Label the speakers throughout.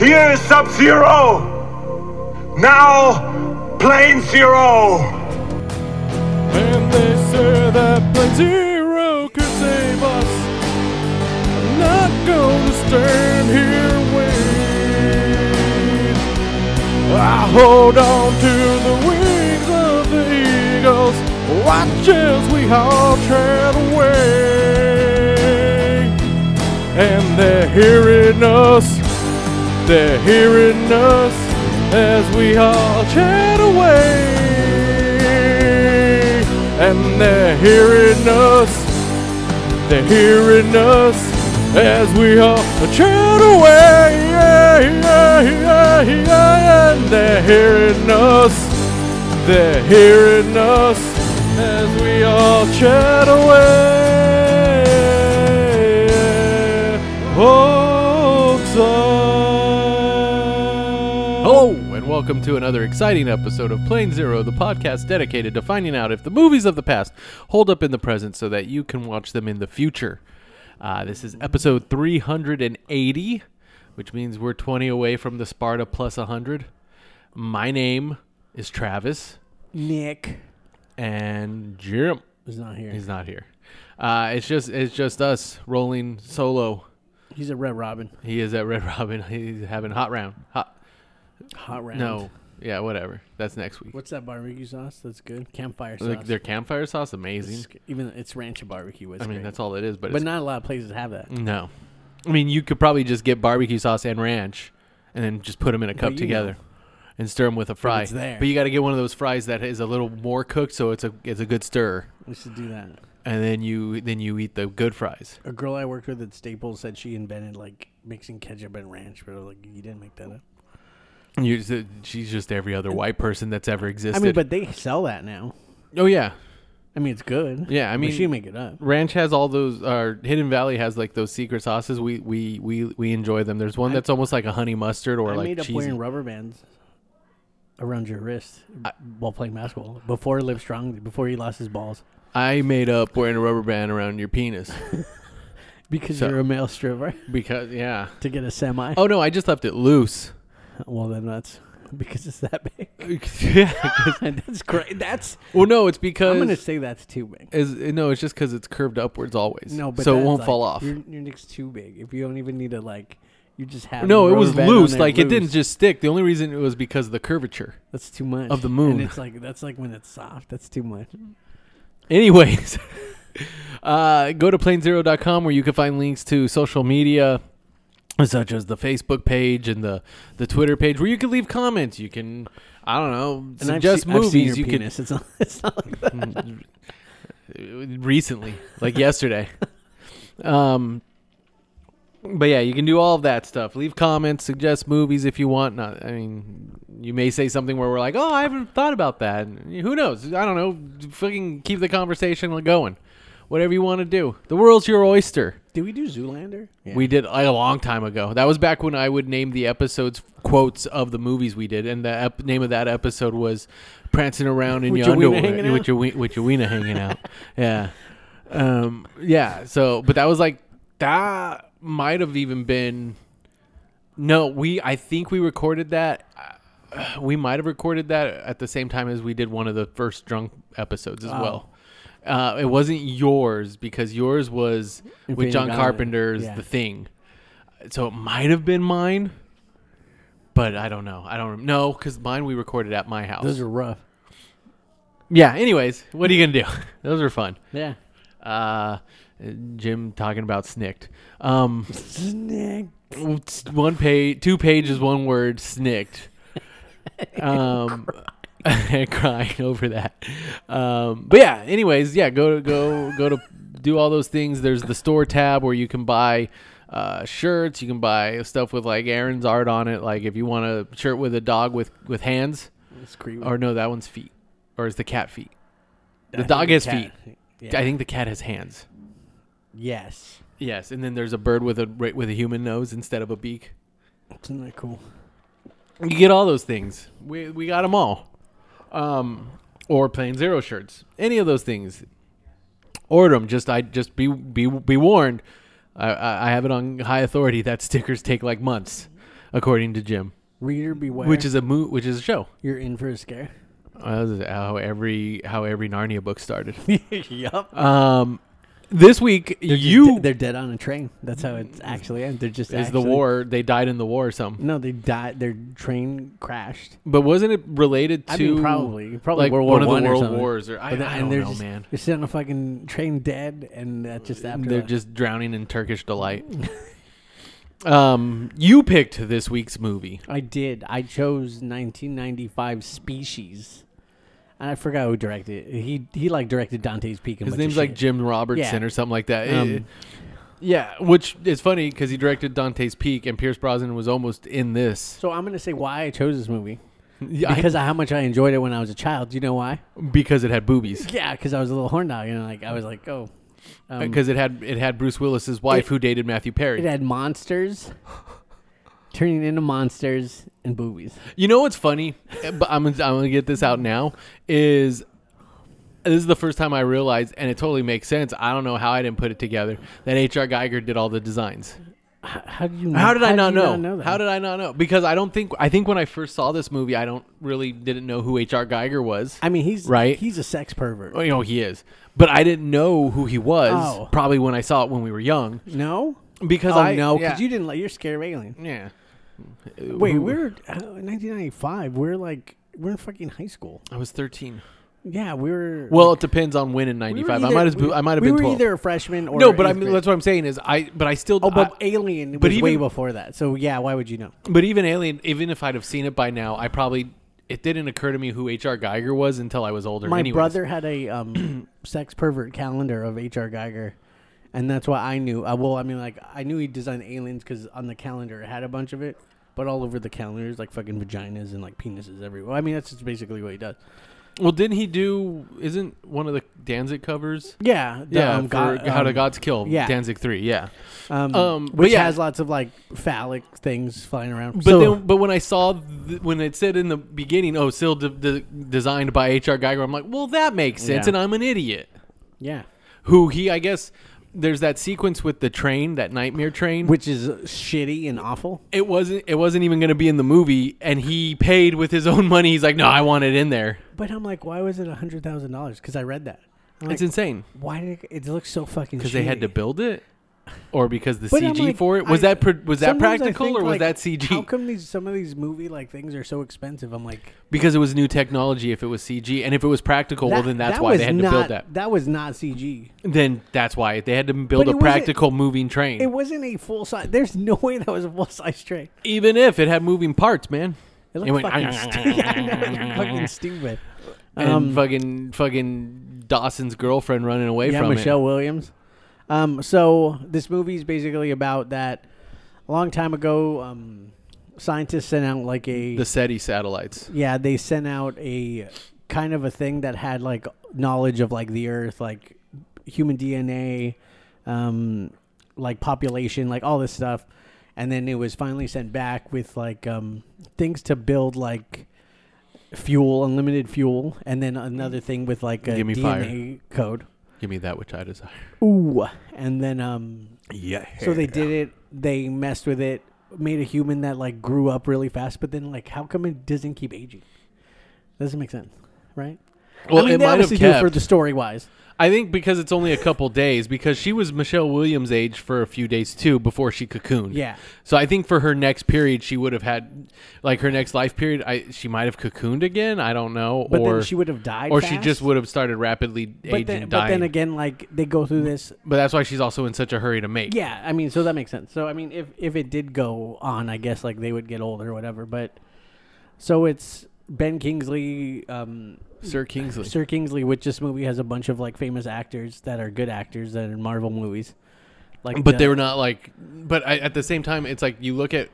Speaker 1: Years Sub Zero! Now, Plane Zero!
Speaker 2: And they say that Plan Zero could save us. I'm not gonna stand here and wait. I hold on to the wings of the eagles. Watch as we all tread away. And they're hearing us. They're hearing us as we all chat away. And they're hearing us. They're hearing us as we all chat away. Yeah, yeah, yeah, yeah. And they're hearing us. They're hearing us as we all chat away. Hoaxer.
Speaker 3: Hello, and welcome to another exciting episode of Plane Zero, the podcast dedicated to finding out if the movies of the past hold up in the present so that you can watch them in the future. Uh, this is episode 380, which means we're 20 away from the Sparta plus 100. My name is Travis,
Speaker 4: Nick
Speaker 3: and Jim
Speaker 4: is not here.
Speaker 3: is not here. Uh, it's just it's just us rolling solo.
Speaker 4: He's a Red Robin.
Speaker 3: He is at Red Robin. He's having hot round. Hot,
Speaker 4: Hot round.
Speaker 3: no, yeah, whatever. That's next week.
Speaker 4: What's that barbecue sauce? That's good. Campfire sauce.
Speaker 3: Like their campfire sauce, amazing.
Speaker 4: It's g- even it's ranch barbecue. It's
Speaker 3: I mean,
Speaker 4: great.
Speaker 3: that's Mm. all it is, but,
Speaker 4: But
Speaker 3: it's,
Speaker 4: not a lot of places have that.
Speaker 3: no. I mean, you could probably just get barbecue sauce and ranch, and then just put them in a cup
Speaker 4: you
Speaker 3: together, and stir them with a fry.
Speaker 4: it's there.
Speaker 3: But you got to get one of those fries that is a little more cooked, so it's a it's a good stir,
Speaker 4: We should do that.
Speaker 3: and then you then you eat the good fries.
Speaker 4: A girl I worked with at Staples said she invented like mixing ketchup and ranch, but I was like you didn't make that up.
Speaker 3: You, so she's just every other white person that's ever
Speaker 4: I
Speaker 3: existed.
Speaker 4: mean, but they sell that now.
Speaker 3: oh yeah,
Speaker 4: I mean, it's good.
Speaker 3: Yeah, I
Speaker 4: But
Speaker 3: mean-
Speaker 4: she make it up.
Speaker 3: Ranch has all those. Or Hidden Valley has like those secret sauces. We we we we enjoy them. There's one that's almost like a honey mustard or
Speaker 4: I
Speaker 3: like
Speaker 4: made up
Speaker 3: cheesy.
Speaker 4: wearing rubber bands around your wrist while playing basketball before Livestrong, before he lost his balls,
Speaker 3: I made up wearing a rubber band around your penis
Speaker 4: because
Speaker 3: So-
Speaker 4: you're a male stripper
Speaker 3: because yeah.
Speaker 4: to get a semi.
Speaker 3: Oh no, I just left it loose.
Speaker 4: Well, then that's because it's that big.
Speaker 3: yeah. 'cause-
Speaker 4: that's great. That's
Speaker 3: Well, no, it's
Speaker 4: I'm gonna
Speaker 3: because
Speaker 4: say that's too big.
Speaker 3: is no, it's just because it's curved upwards always.
Speaker 4: No, but
Speaker 3: so it
Speaker 4: that's
Speaker 3: won't
Speaker 4: like-
Speaker 3: fall off.
Speaker 4: Your, your nick's too big. If you don't even need to like, you just have.
Speaker 3: No,
Speaker 4: the
Speaker 3: it was
Speaker 4: rubber band on
Speaker 3: loose.
Speaker 4: there
Speaker 3: Like it didn't
Speaker 4: loose.
Speaker 3: just stick. The only reason it was because of the curvature.
Speaker 4: That's too much
Speaker 3: of the moon.
Speaker 4: And it's like that's like when it's soft. That's too much.
Speaker 3: Anyways, uh, go to planezero.com where you can find links to social media, such as the Facebook page and the, the Twitter page, where you can leave comments. You can, I don't know,
Speaker 4: And I've
Speaker 3: suggest
Speaker 4: seen- I've seen
Speaker 3: movies.
Speaker 4: your
Speaker 3: you
Speaker 4: penis. It's not. It's not like that.
Speaker 3: can recently, like yesterday. Um, but yeah, you can do all of that stuff. Leave comments, suggest movies if you want. Not, I mean, you may say something where we're like, "Oh, I haven't thought about that." And who knows? I don't know. Fucking keep the conversation going. Whatever you want to do. The world's your oyster.
Speaker 4: Did we do Zoolander? Yeah.
Speaker 3: We did a long time ago. That was back when I would name the episodes quotes of the movies we did, and the ep- name of that episode was "Prancing Around in
Speaker 4: With
Speaker 3: Your
Speaker 4: your wiener
Speaker 3: Underwear"
Speaker 4: hanging
Speaker 3: with
Speaker 4: out?
Speaker 3: your wien- with your wiener hanging out." Yeah, um, yeah. So, but that was like that might have even been. No, we. I think we recorded that. uh, We might have recorded that at the same time as we did one of the first drunk episodes as well. Uh, it wasn't yours because yours was with
Speaker 4: Infinity
Speaker 3: John
Speaker 4: Gauntlet.
Speaker 3: Carpenter's
Speaker 4: Yeah.
Speaker 3: The Thing. So it might have been mine, but I don't know. I don't know because mine we recorded at my house.
Speaker 4: Those are rough.
Speaker 3: yeah. Anyways, what are you gonna do? Those are fun.
Speaker 4: Yeah.
Speaker 3: Uh, Jim talking about snicked. Um,
Speaker 4: Nick.
Speaker 3: one page, two pages, one word, snicked. Um, and crying over that. Um, but yeah, anyways, yeah, go to go go to do all those things. There's the store tab where you can buy uh, shirts. You can buy stuff with like Aaron's art on it. Like if you want a shirt with a dog with with hands,
Speaker 4: That's creepy.
Speaker 3: or no, that one's feet, or is the cat feet? The
Speaker 4: I think
Speaker 3: dog has
Speaker 4: cat-
Speaker 3: feet.
Speaker 4: Yeah.
Speaker 3: I think the cat has hands.
Speaker 4: yes.
Speaker 3: Yes, and then there's a bird with a with a human nose instead of a beak.
Speaker 4: Isn't that cool?
Speaker 3: You get all those things. We we got them all. Um, or plain zero shirts. Any of those things. Order them. Just I just be be be warned. I I I have it on high authority that stickers take like months. according to Jim,
Speaker 4: Reader beware.
Speaker 3: which is a mo- which is a show.
Speaker 4: you're in for a scare.
Speaker 3: Uh, this is how every how every Narnia book started.
Speaker 4: yup.
Speaker 3: Um, this week you
Speaker 4: they're dead on a train. That's how it's actually ends. They're just
Speaker 3: is the
Speaker 4: actually-
Speaker 3: war. They died in the war. or Something,
Speaker 4: No, they died. Their train crashed.
Speaker 3: but wasn't it related to
Speaker 4: I mean, probably, probably
Speaker 3: like
Speaker 4: World
Speaker 3: one of
Speaker 4: War
Speaker 3: the
Speaker 4: I or
Speaker 3: world
Speaker 4: something.
Speaker 3: wars? Or I,
Speaker 4: But then-
Speaker 3: I
Speaker 4: and
Speaker 3: don't
Speaker 4: they're
Speaker 3: know,
Speaker 4: just,
Speaker 3: man.
Speaker 4: They're sitting on a fucking train dead, and that's just after.
Speaker 3: They're just drowning in Turkish delight. um, you picked this week's movie.
Speaker 4: I did. I chose 1995 Species, and I forgot who directed it. He he like directed Dante's Peak. And
Speaker 3: His
Speaker 4: a bunch of
Speaker 3: name's like
Speaker 4: shit.
Speaker 3: Jim Robertson
Speaker 4: Yeah.
Speaker 3: or something like that.
Speaker 4: Um,
Speaker 3: It- yeah, which is funny because he directed Dante's Peak and Pierce Brosnan was almost in this
Speaker 4: So I'm gonna say why I chose this movie
Speaker 3: Yeah, I-
Speaker 4: because of how much I enjoyed it when I was a child. Do you know why?
Speaker 3: because it had boobies.
Speaker 4: Yeah, because I was a little horn dog, you know, like I was like, oh, um,
Speaker 3: Because it had it had Bruce Willis's wife
Speaker 4: It-
Speaker 3: who dated Matthew Perry.
Speaker 4: it had monsters turning into monsters and boobies.
Speaker 3: You know what's funny? But I'm I'm gonna get this out now. Is this is the first time I realized, and it totally makes sense. I don't know how I didn't put it together. That H.R. Geiger did all the designs.
Speaker 4: H- How did you? Know,
Speaker 3: How did I
Speaker 4: do
Speaker 3: not
Speaker 4: you
Speaker 3: know?
Speaker 4: that?
Speaker 3: How did I not know? Because I don't think I think when I first saw this movie, I don't really didn't know who H.R. Geiger was.
Speaker 4: I mean, he's
Speaker 3: Right?
Speaker 4: He's a sex pervert.
Speaker 3: Oh, you know he is, but I didn't know who he was.
Speaker 4: Oh.
Speaker 3: Probably when I saw it when we were young,
Speaker 4: No,
Speaker 3: because
Speaker 4: oh
Speaker 3: I
Speaker 4: no,
Speaker 3: yeah,
Speaker 4: because you didn't like you're scared of alien.
Speaker 3: yeah.
Speaker 4: Wait, we're uh, 1995. We're like we're in fucking high school.
Speaker 3: I was thirteen.
Speaker 4: Yeah, we were.
Speaker 3: Well, it depends on when in
Speaker 4: we
Speaker 3: ninety
Speaker 4: were
Speaker 3: five. I
Speaker 4: either-
Speaker 3: might as
Speaker 4: we-
Speaker 3: I might have
Speaker 4: we
Speaker 3: been
Speaker 4: were
Speaker 3: twelve.
Speaker 4: either a freshman or
Speaker 3: no, but I
Speaker 4: eighth
Speaker 3: mean,
Speaker 4: grade.
Speaker 3: that's what I'm saying is I. But I still.
Speaker 4: Oh, but
Speaker 3: I-
Speaker 4: Alien was
Speaker 3: but
Speaker 4: way
Speaker 3: even-
Speaker 4: before that. So yeah, why would you know?
Speaker 3: but even Alien, even if I'd have seen it by now, I probably it didn't occur to me who H.R. Geiger was until I was older.
Speaker 4: My
Speaker 3: anyways.
Speaker 4: brother had a um, sex pervert calendar of H.R. Geiger, and that's why I knew. Uh, well, I mean, like I knew he designed aliens because on the calendar it had a bunch of it, but all over the calendar is like fucking vaginas and like penises everywhere. I mean, that's just basically what he does.
Speaker 3: Well, didn't he do? Isn't one of the Danzig covers?
Speaker 4: Yeah, the,
Speaker 3: yeah,
Speaker 4: um,
Speaker 3: for
Speaker 4: God-
Speaker 3: How to
Speaker 4: um,
Speaker 3: God's Kill.
Speaker 4: yeah.
Speaker 3: Danzig three. Yeah.
Speaker 4: um,
Speaker 3: Um, but
Speaker 4: which
Speaker 3: yeah.
Speaker 4: has lots of like phallic things flying around.
Speaker 3: But
Speaker 4: so,
Speaker 3: then, but when I saw th- when it said in the beginning, oh, still de- de- designed by H.R. Geiger, I'm like, well, that makes sense,
Speaker 4: Yeah.
Speaker 3: and I'm an idiot.
Speaker 4: yeah,
Speaker 3: Who he? I guess there's that sequence with the train, that nightmare train.
Speaker 4: which is uh, shitty and awful.
Speaker 3: it wasn't. It wasn't even going to be in the movie, and he paid with his own money. He's like, no, I want it in there.
Speaker 4: But I'm like, why was it a hundred thousand dollars? Because I read that. I'm
Speaker 3: it's
Speaker 4: like,
Speaker 3: insane
Speaker 4: why did it, it looks so fucking?
Speaker 3: because they had to
Speaker 4: shitty.
Speaker 3: build it, or because the
Speaker 4: But I'm
Speaker 3: CG
Speaker 4: like,
Speaker 3: for it was
Speaker 4: I-
Speaker 3: that pr- was that
Speaker 4: sometimes I
Speaker 3: practical
Speaker 4: think,
Speaker 3: or was
Speaker 4: like,
Speaker 3: that
Speaker 4: How
Speaker 3: CG?
Speaker 4: come these some of these movie like things are so expensive? I'm like,
Speaker 3: because it was new technology. If it was CG, and if it was practical, well,
Speaker 4: that-
Speaker 3: then that's
Speaker 4: that
Speaker 3: why
Speaker 4: was
Speaker 3: they had to
Speaker 4: not,
Speaker 3: build that.
Speaker 4: That was not CG.
Speaker 3: Then that's why they had to build
Speaker 4: But it
Speaker 3: a
Speaker 4: wasn't-
Speaker 3: practical moving train.
Speaker 4: It wasn't a full size. There's no way that was a full size train.
Speaker 3: Even if it had moving parts, man.
Speaker 4: It
Speaker 3: It
Speaker 4: looked
Speaker 3: went,
Speaker 4: fucking, stu- Yeah, I know, it looked fucking stupid.
Speaker 3: And
Speaker 4: Um,
Speaker 3: fucking fucking Dawson's girlfriend running away
Speaker 4: yeah,
Speaker 3: from
Speaker 4: Michelle Williams. Um, so this movie is basically about that. A long time ago, um, scientists sent out like a
Speaker 3: it. The SETI satellites.
Speaker 4: Yeah, they sent out a kind of a thing that had like knowledge of like the earth, like human DNA, um, like population, like all this stuff. And then it was finally sent back with like um, things to build like fuel, unlimited fuel, and then another thing with like a
Speaker 3: Give me fire.
Speaker 4: DNA code.
Speaker 3: Give me that which I desire.
Speaker 4: Ooh, and then um,
Speaker 3: Yeah.
Speaker 4: so they did it. They messed with it, made a human that like grew up really fast. But then, like, how come it doesn't keep aging? Doesn't make sense, right?
Speaker 3: Well,
Speaker 4: I mean,
Speaker 3: it
Speaker 4: they
Speaker 3: might have
Speaker 4: obviously do it for
Speaker 3: kept.
Speaker 4: the story wise.
Speaker 3: I think because it's only a couple days, because she was Michelle Williams' age for a few days too before she cocooned.
Speaker 4: Yeah.
Speaker 3: So I think for her next period, she would have had, like her next life period, I she might have cocooned again. I don't know.
Speaker 4: But
Speaker 3: or
Speaker 4: then she would have died,
Speaker 3: or she just
Speaker 4: fast.
Speaker 3: would have started rapidly aging,
Speaker 4: But then, but
Speaker 3: dying.
Speaker 4: then again, like they go through this.
Speaker 3: But that's why she's also in such a hurry to make.
Speaker 4: Yeah, I mean, so that makes sense. So I mean, if if it did go on, I guess like they would get old or whatever. But so it's Ben Kingsley, um,
Speaker 3: Sir Kingsley.
Speaker 4: Sir Kingsley, which this movie has a bunch of like famous actors that are good actors that are in Marvel movies. Like, uh,
Speaker 3: but they
Speaker 4: the-
Speaker 3: were not like. But I, at the same time, it's like you look at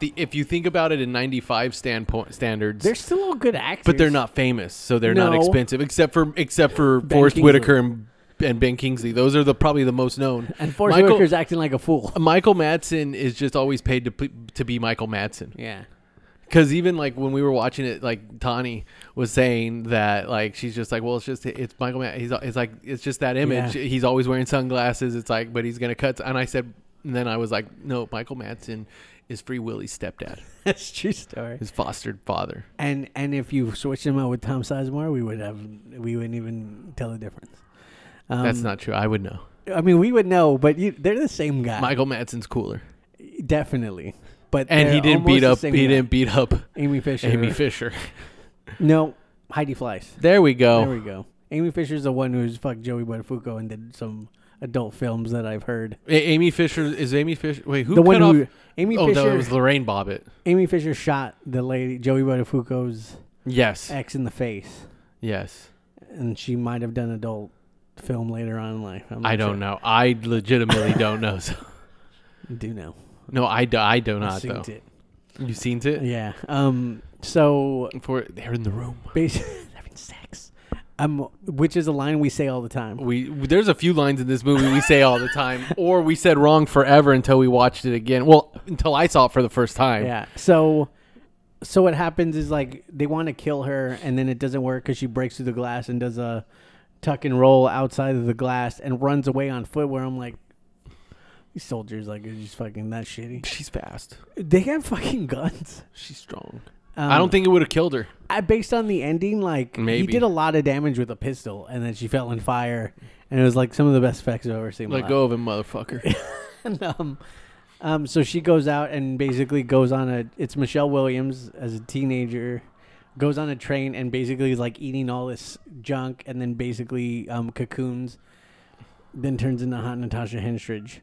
Speaker 3: the if you think about it in '95 standpoint standards,
Speaker 4: they're still all good actors.
Speaker 3: but they're not famous, so they're not
Speaker 4: No.
Speaker 3: expensive except for except for
Speaker 4: Ben
Speaker 3: Forrest
Speaker 4: Kingsley.
Speaker 3: Whitaker and, and Ben Kingsley. Those are the probably the most known.
Speaker 4: And Forrest
Speaker 3: Michael,
Speaker 4: Whitaker's acting like a fool.
Speaker 3: Michael Madsen is just always paid to p- to be Michael Madsen.
Speaker 4: Yeah.
Speaker 3: Because even like when we were watching it, like Tani was saying that like she's just like, well, it's just it's Michael. Ma- he's it's like it's just that image.
Speaker 4: Yeah.
Speaker 3: He's always wearing sunglasses. It's like, but he's gonna cut. And I said, and then I was like, no, Michael Madsen is Free Willy's stepdad,
Speaker 4: That's true story.
Speaker 3: his fostered father.
Speaker 4: And and if you switched him out with Tom Sizemore, we would have we wouldn't even tell the difference. Um,
Speaker 3: That's not true. I would know.
Speaker 4: I mean, we would know, but you, they're the same guy,
Speaker 3: Michael Madsen's cooler,
Speaker 4: definitely. But
Speaker 3: and he
Speaker 4: they're
Speaker 3: didn't beat up.
Speaker 4: almost
Speaker 3: He
Speaker 4: the same guy.
Speaker 3: didn't beat up
Speaker 4: Amy Fisher.
Speaker 3: Amy Fisher.
Speaker 4: No, Heidi Fleiss.
Speaker 3: There we go.
Speaker 4: There we go. Amy Fisher's the one who's fucked Joey Buttafuoco and did some adult films that I've heard.
Speaker 3: A- Amy Fisher is Amy Fisher. Wait, who
Speaker 4: The
Speaker 3: cut
Speaker 4: one who
Speaker 3: off?
Speaker 4: Amy
Speaker 3: oh,
Speaker 4: Fisher
Speaker 3: that was Lorraine Bobbitt.
Speaker 4: Amy Fisher shot the lady Joey Buttafuoco's
Speaker 3: Yes,
Speaker 4: ex in the face,
Speaker 3: yes.
Speaker 4: and she might have done adult film later on in life. I'm not
Speaker 3: I don't
Speaker 4: sure.
Speaker 3: know. I legitimately don't know. So.
Speaker 4: Do know.
Speaker 3: No, I do, I do not
Speaker 4: Seen
Speaker 3: though.
Speaker 4: it.
Speaker 3: You've seen it?
Speaker 4: Yeah. Um. So
Speaker 3: For they're in the room.
Speaker 4: basically, having sex. Um, which is a line we say all the time.
Speaker 3: We there's a few lines in this movie we say all the time, or we said wrong forever until we watched it again. Well, until I saw it for the first time.
Speaker 4: Yeah. So, so what happens is like they want to kill her, and then it doesn't work because she breaks through the glass and does a tuck and roll outside of the glass and runs away on foot. Where I'm like, these soldiers like are just fucking that shitty.
Speaker 3: she's fast.
Speaker 4: They have fucking guns.
Speaker 3: She's strong.
Speaker 4: Um,
Speaker 3: I don't think it would have killed her.
Speaker 4: I, based on the ending, like he
Speaker 3: Maybe.
Speaker 4: did a lot of damage with a pistol, and then she fell in fire, and it was like some of the best effects I've ever seen. in my
Speaker 3: Let
Speaker 4: life.
Speaker 3: go of him, motherfucker.
Speaker 4: And, um, um, so she goes out and basically goes on a. It's Michelle Williams as a teenager, goes on a train and basically is like eating all this junk, and then basically um, cocoons, then turns into hot Natasha Henstridge.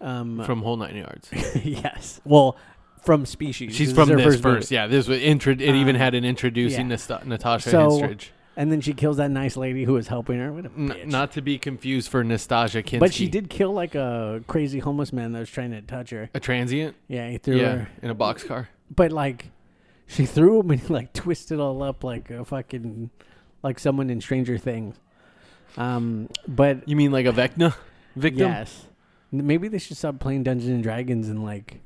Speaker 4: Um,
Speaker 3: from Whole Nine Yards.
Speaker 4: yes, well, from Species. This
Speaker 3: She's
Speaker 4: is
Speaker 3: from
Speaker 4: her
Speaker 3: this first.
Speaker 4: movie.
Speaker 3: Yeah, this was intro. It even
Speaker 4: Um,
Speaker 3: had an introducing
Speaker 4: yeah.
Speaker 3: Nasta- Natasha
Speaker 4: So,
Speaker 3: Henstridge.
Speaker 4: And then she kills that nice lady who was helping her. What a
Speaker 3: N-
Speaker 4: bitch.
Speaker 3: not to be confused for Nastasia Kinski.
Speaker 4: but she did kill like a crazy homeless man that was trying to touch her.
Speaker 3: a transient.
Speaker 4: Yeah, he threw
Speaker 3: yeah,
Speaker 4: her.
Speaker 3: in a boxcar.
Speaker 4: but like she threw him and he, like twisted all up like a fucking like someone in Stranger Things. Um, but
Speaker 3: You mean like a Vecna victim?
Speaker 4: yes, N- maybe they should stop playing Dungeons and Dragons and like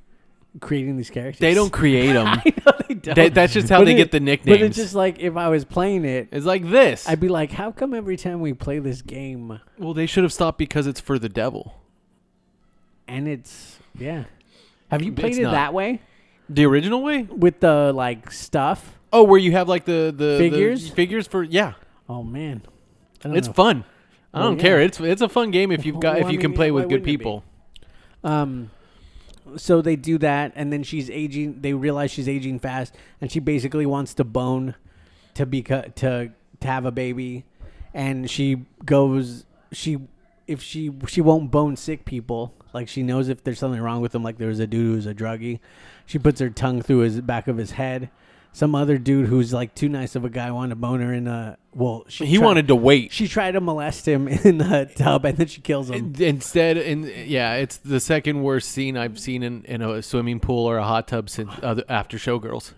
Speaker 4: creating these characters.
Speaker 3: They don't create them.
Speaker 4: I know they don't.
Speaker 3: They- that's just how
Speaker 4: But
Speaker 3: they
Speaker 4: it-
Speaker 3: get the nicknames.
Speaker 4: But it's just like if I was playing it,
Speaker 3: it's like this.
Speaker 4: I'd be like, how come every time we play this game
Speaker 3: well, they should have stopped because it's for the devil.
Speaker 4: and it's yeah. Have you
Speaker 3: It's
Speaker 4: played it
Speaker 3: not.
Speaker 4: that way
Speaker 3: The original way?
Speaker 4: with the like stuff?
Speaker 3: Oh, where you have like the the the
Speaker 4: Figures?
Speaker 3: figures for yeah.
Speaker 4: Oh man, I don't
Speaker 3: It's
Speaker 4: know.
Speaker 3: fun. I
Speaker 4: Well,
Speaker 3: don't care.
Speaker 4: yeah.
Speaker 3: It's it's a fun game if you've got
Speaker 4: Well,
Speaker 3: if
Speaker 4: I
Speaker 3: you can
Speaker 4: mean,
Speaker 3: play
Speaker 4: yeah,
Speaker 3: with
Speaker 4: why
Speaker 3: good
Speaker 4: wouldn't it be?
Speaker 3: people.
Speaker 4: Um, so they do that, and then she's aging. They realize she's aging fast, and she basically wants to bone to be to to have a baby, and she goes she if she she won't bone sick people. Like she knows if there's something wrong with them. Like there was a dude who's a druggie. She puts her tongue through his back of his head. Some other dude who's like too nice of a guy wanted to bone her in a well. She
Speaker 3: He
Speaker 4: tried-
Speaker 3: wanted to wait.
Speaker 4: She tried to molest him in the tub, and then she kills him.
Speaker 3: Instead, in yeah, it's the second worst scene I've seen in, in a swimming pool or a hot tub since other, after Showgirls.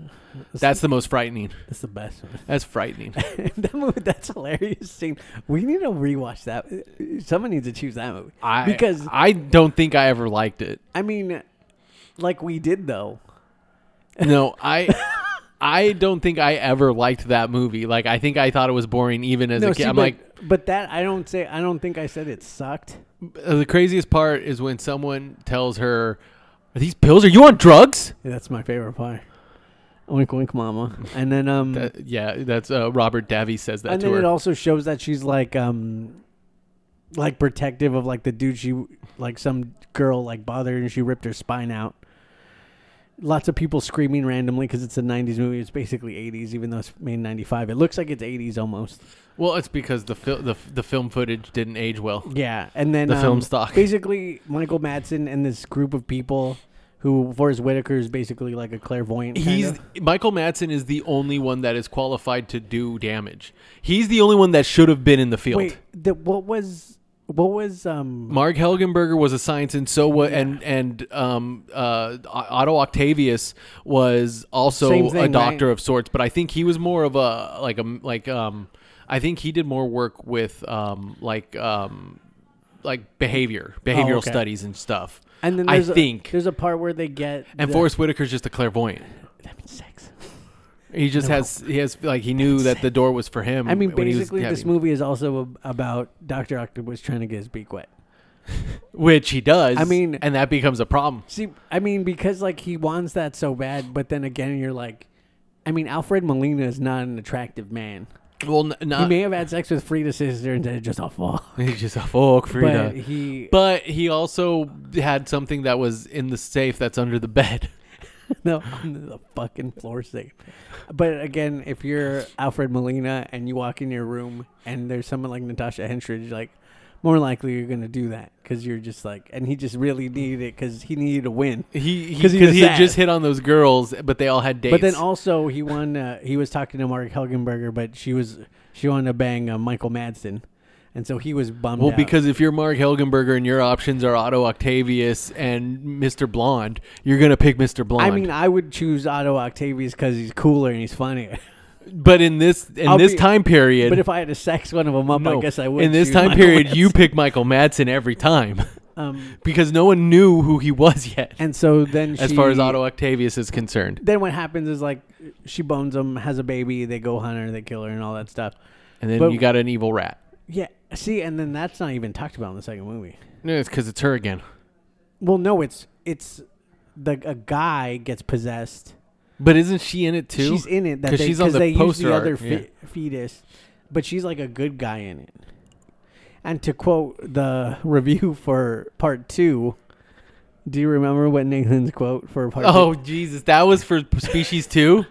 Speaker 3: That's the most frightening.
Speaker 4: That's the best one.
Speaker 3: That's frightening.
Speaker 4: that movie, that's hilarious scene. We need to rewatch that. Someone needs to choose that movie
Speaker 3: I
Speaker 4: because
Speaker 3: I don't think I ever liked it.
Speaker 4: I mean, like we did though.
Speaker 3: No, I I don't think I ever liked that movie. Like I think I thought it was boring even as a kid.
Speaker 4: see,
Speaker 3: I'm
Speaker 4: but,
Speaker 3: like
Speaker 4: but that I don't say. I don't think I said it sucked.
Speaker 3: uh, the craziest part is when someone tells her, "Are these pills? Are you on drugs?"
Speaker 4: Yeah, that's my favorite part. Wink, wink, mama. And then um,
Speaker 3: Uh, yeah, that's uh, Robert Davi says that
Speaker 4: and
Speaker 3: to
Speaker 4: then
Speaker 3: her.
Speaker 4: it also shows that she's like um, like protective of like the dude she like some girl like bothered her and she ripped her spine out. Lots of people screaming randomly because it's a '90s movie. It's basically '80s, even though it's made in '95. It looks like it's '80s almost.
Speaker 3: well, it's because the fil- the the film footage didn't age well.
Speaker 4: Yeah, and then
Speaker 3: The
Speaker 4: um,
Speaker 3: film stock.
Speaker 4: Basically, Michael Madsen and this group of people who Forrest Whitaker is basically like a clairvoyant. kind
Speaker 3: He's
Speaker 4: of.
Speaker 3: Michael Madsen is the only one that is qualified to do damage. He's the only one that should have been in the field.
Speaker 4: wait. The, what was what was um
Speaker 3: Mark Helgenberger was a science, and so wa and and um, uh, Otto Octavius was also
Speaker 4: Same thing,
Speaker 3: a doctor
Speaker 4: right?
Speaker 3: of sorts, but I think he was more of a like a like um, I think he did more work with um, like um, like behavior, behavioral
Speaker 4: Oh, okay.
Speaker 3: studies and stuff.
Speaker 4: and then
Speaker 3: I
Speaker 4: there's a-
Speaker 3: think,
Speaker 4: there's a part where they get
Speaker 3: and
Speaker 4: the,
Speaker 3: Forrest Whitaker's just a clairvoyant.
Speaker 4: sex.
Speaker 3: He just has he has like he knew that the door was for him.
Speaker 4: I mean,
Speaker 3: when he was
Speaker 4: basically, this
Speaker 3: having-
Speaker 4: movie is also ab- about Doctor Octopus trying to get his beak wet.
Speaker 3: which he does.
Speaker 4: I mean-
Speaker 3: and that becomes a problem.
Speaker 4: See, I mean, because like he wants that so bad, but then again, you're like, I mean, Alfred Molina is not an attractive man.
Speaker 3: Well, n-
Speaker 4: He
Speaker 3: not
Speaker 4: may have had sex with Frida's sister and then just a fuck.
Speaker 3: he's just a fuck Frida.
Speaker 4: But he,
Speaker 3: But he also had something that was in the safe that's under the bed.
Speaker 4: no, on the fucking floor safe. But again, if you're Alfred Molina and you walk in your room and there's someone like Natasha Henstridge, like more likely you're gonna do that because you're just like, and he just really needed it because he needed to win.
Speaker 3: He because
Speaker 4: 'Cause
Speaker 3: he,
Speaker 4: he was
Speaker 3: had
Speaker 4: sad.
Speaker 3: just hit on those girls, but they all had dates.
Speaker 4: But then also he won. Uh, he was talking to Mark Helgenberger, but she was she wanted to bang uh, Michael Madsen, and so he was bummed.
Speaker 3: well,
Speaker 4: out.
Speaker 3: because if you're Mark Helgenberger and your options are Otto Octavius and Mr. Blonde, you're gonna pick Mr. Blonde.
Speaker 4: I mean, I would choose Otto Octavius because he's cooler and he's funnier.
Speaker 3: but in this in
Speaker 4: I'll
Speaker 3: this
Speaker 4: be-
Speaker 3: time period,
Speaker 4: But if I had to sex one of them up, I guess I would.
Speaker 3: In this
Speaker 4: choose
Speaker 3: time
Speaker 4: Michael
Speaker 3: period, you
Speaker 4: Madsen.
Speaker 3: pick Michael Madsen every time
Speaker 4: Um,
Speaker 3: because no one knew who he was yet,
Speaker 4: and so then
Speaker 3: as
Speaker 4: she-
Speaker 3: far as Otto Octavius is concerned.
Speaker 4: Then what happens is like she bones him, has a baby, they go hunt her, they kill her, and all that stuff.
Speaker 3: And then
Speaker 4: But-
Speaker 3: you got an evil rat.
Speaker 4: Yeah, see, and then that's not even talked about in the second movie.
Speaker 3: No, it's because it's her again.
Speaker 4: Well, no, it's it's the a guy gets possessed
Speaker 3: But isn't she in it too?
Speaker 4: She's in it that
Speaker 3: 'Cause
Speaker 4: they,
Speaker 3: she's on
Speaker 4: 'cause
Speaker 3: the
Speaker 4: they use
Speaker 3: poster
Speaker 4: the
Speaker 3: art,
Speaker 4: other
Speaker 3: yeah.
Speaker 4: fe- fetus, but she's like a good guy in it. And to quote the review for part two, do you remember what Nathan's quote for part
Speaker 3: Oh
Speaker 4: two?
Speaker 3: Jesus, that was for Species Two.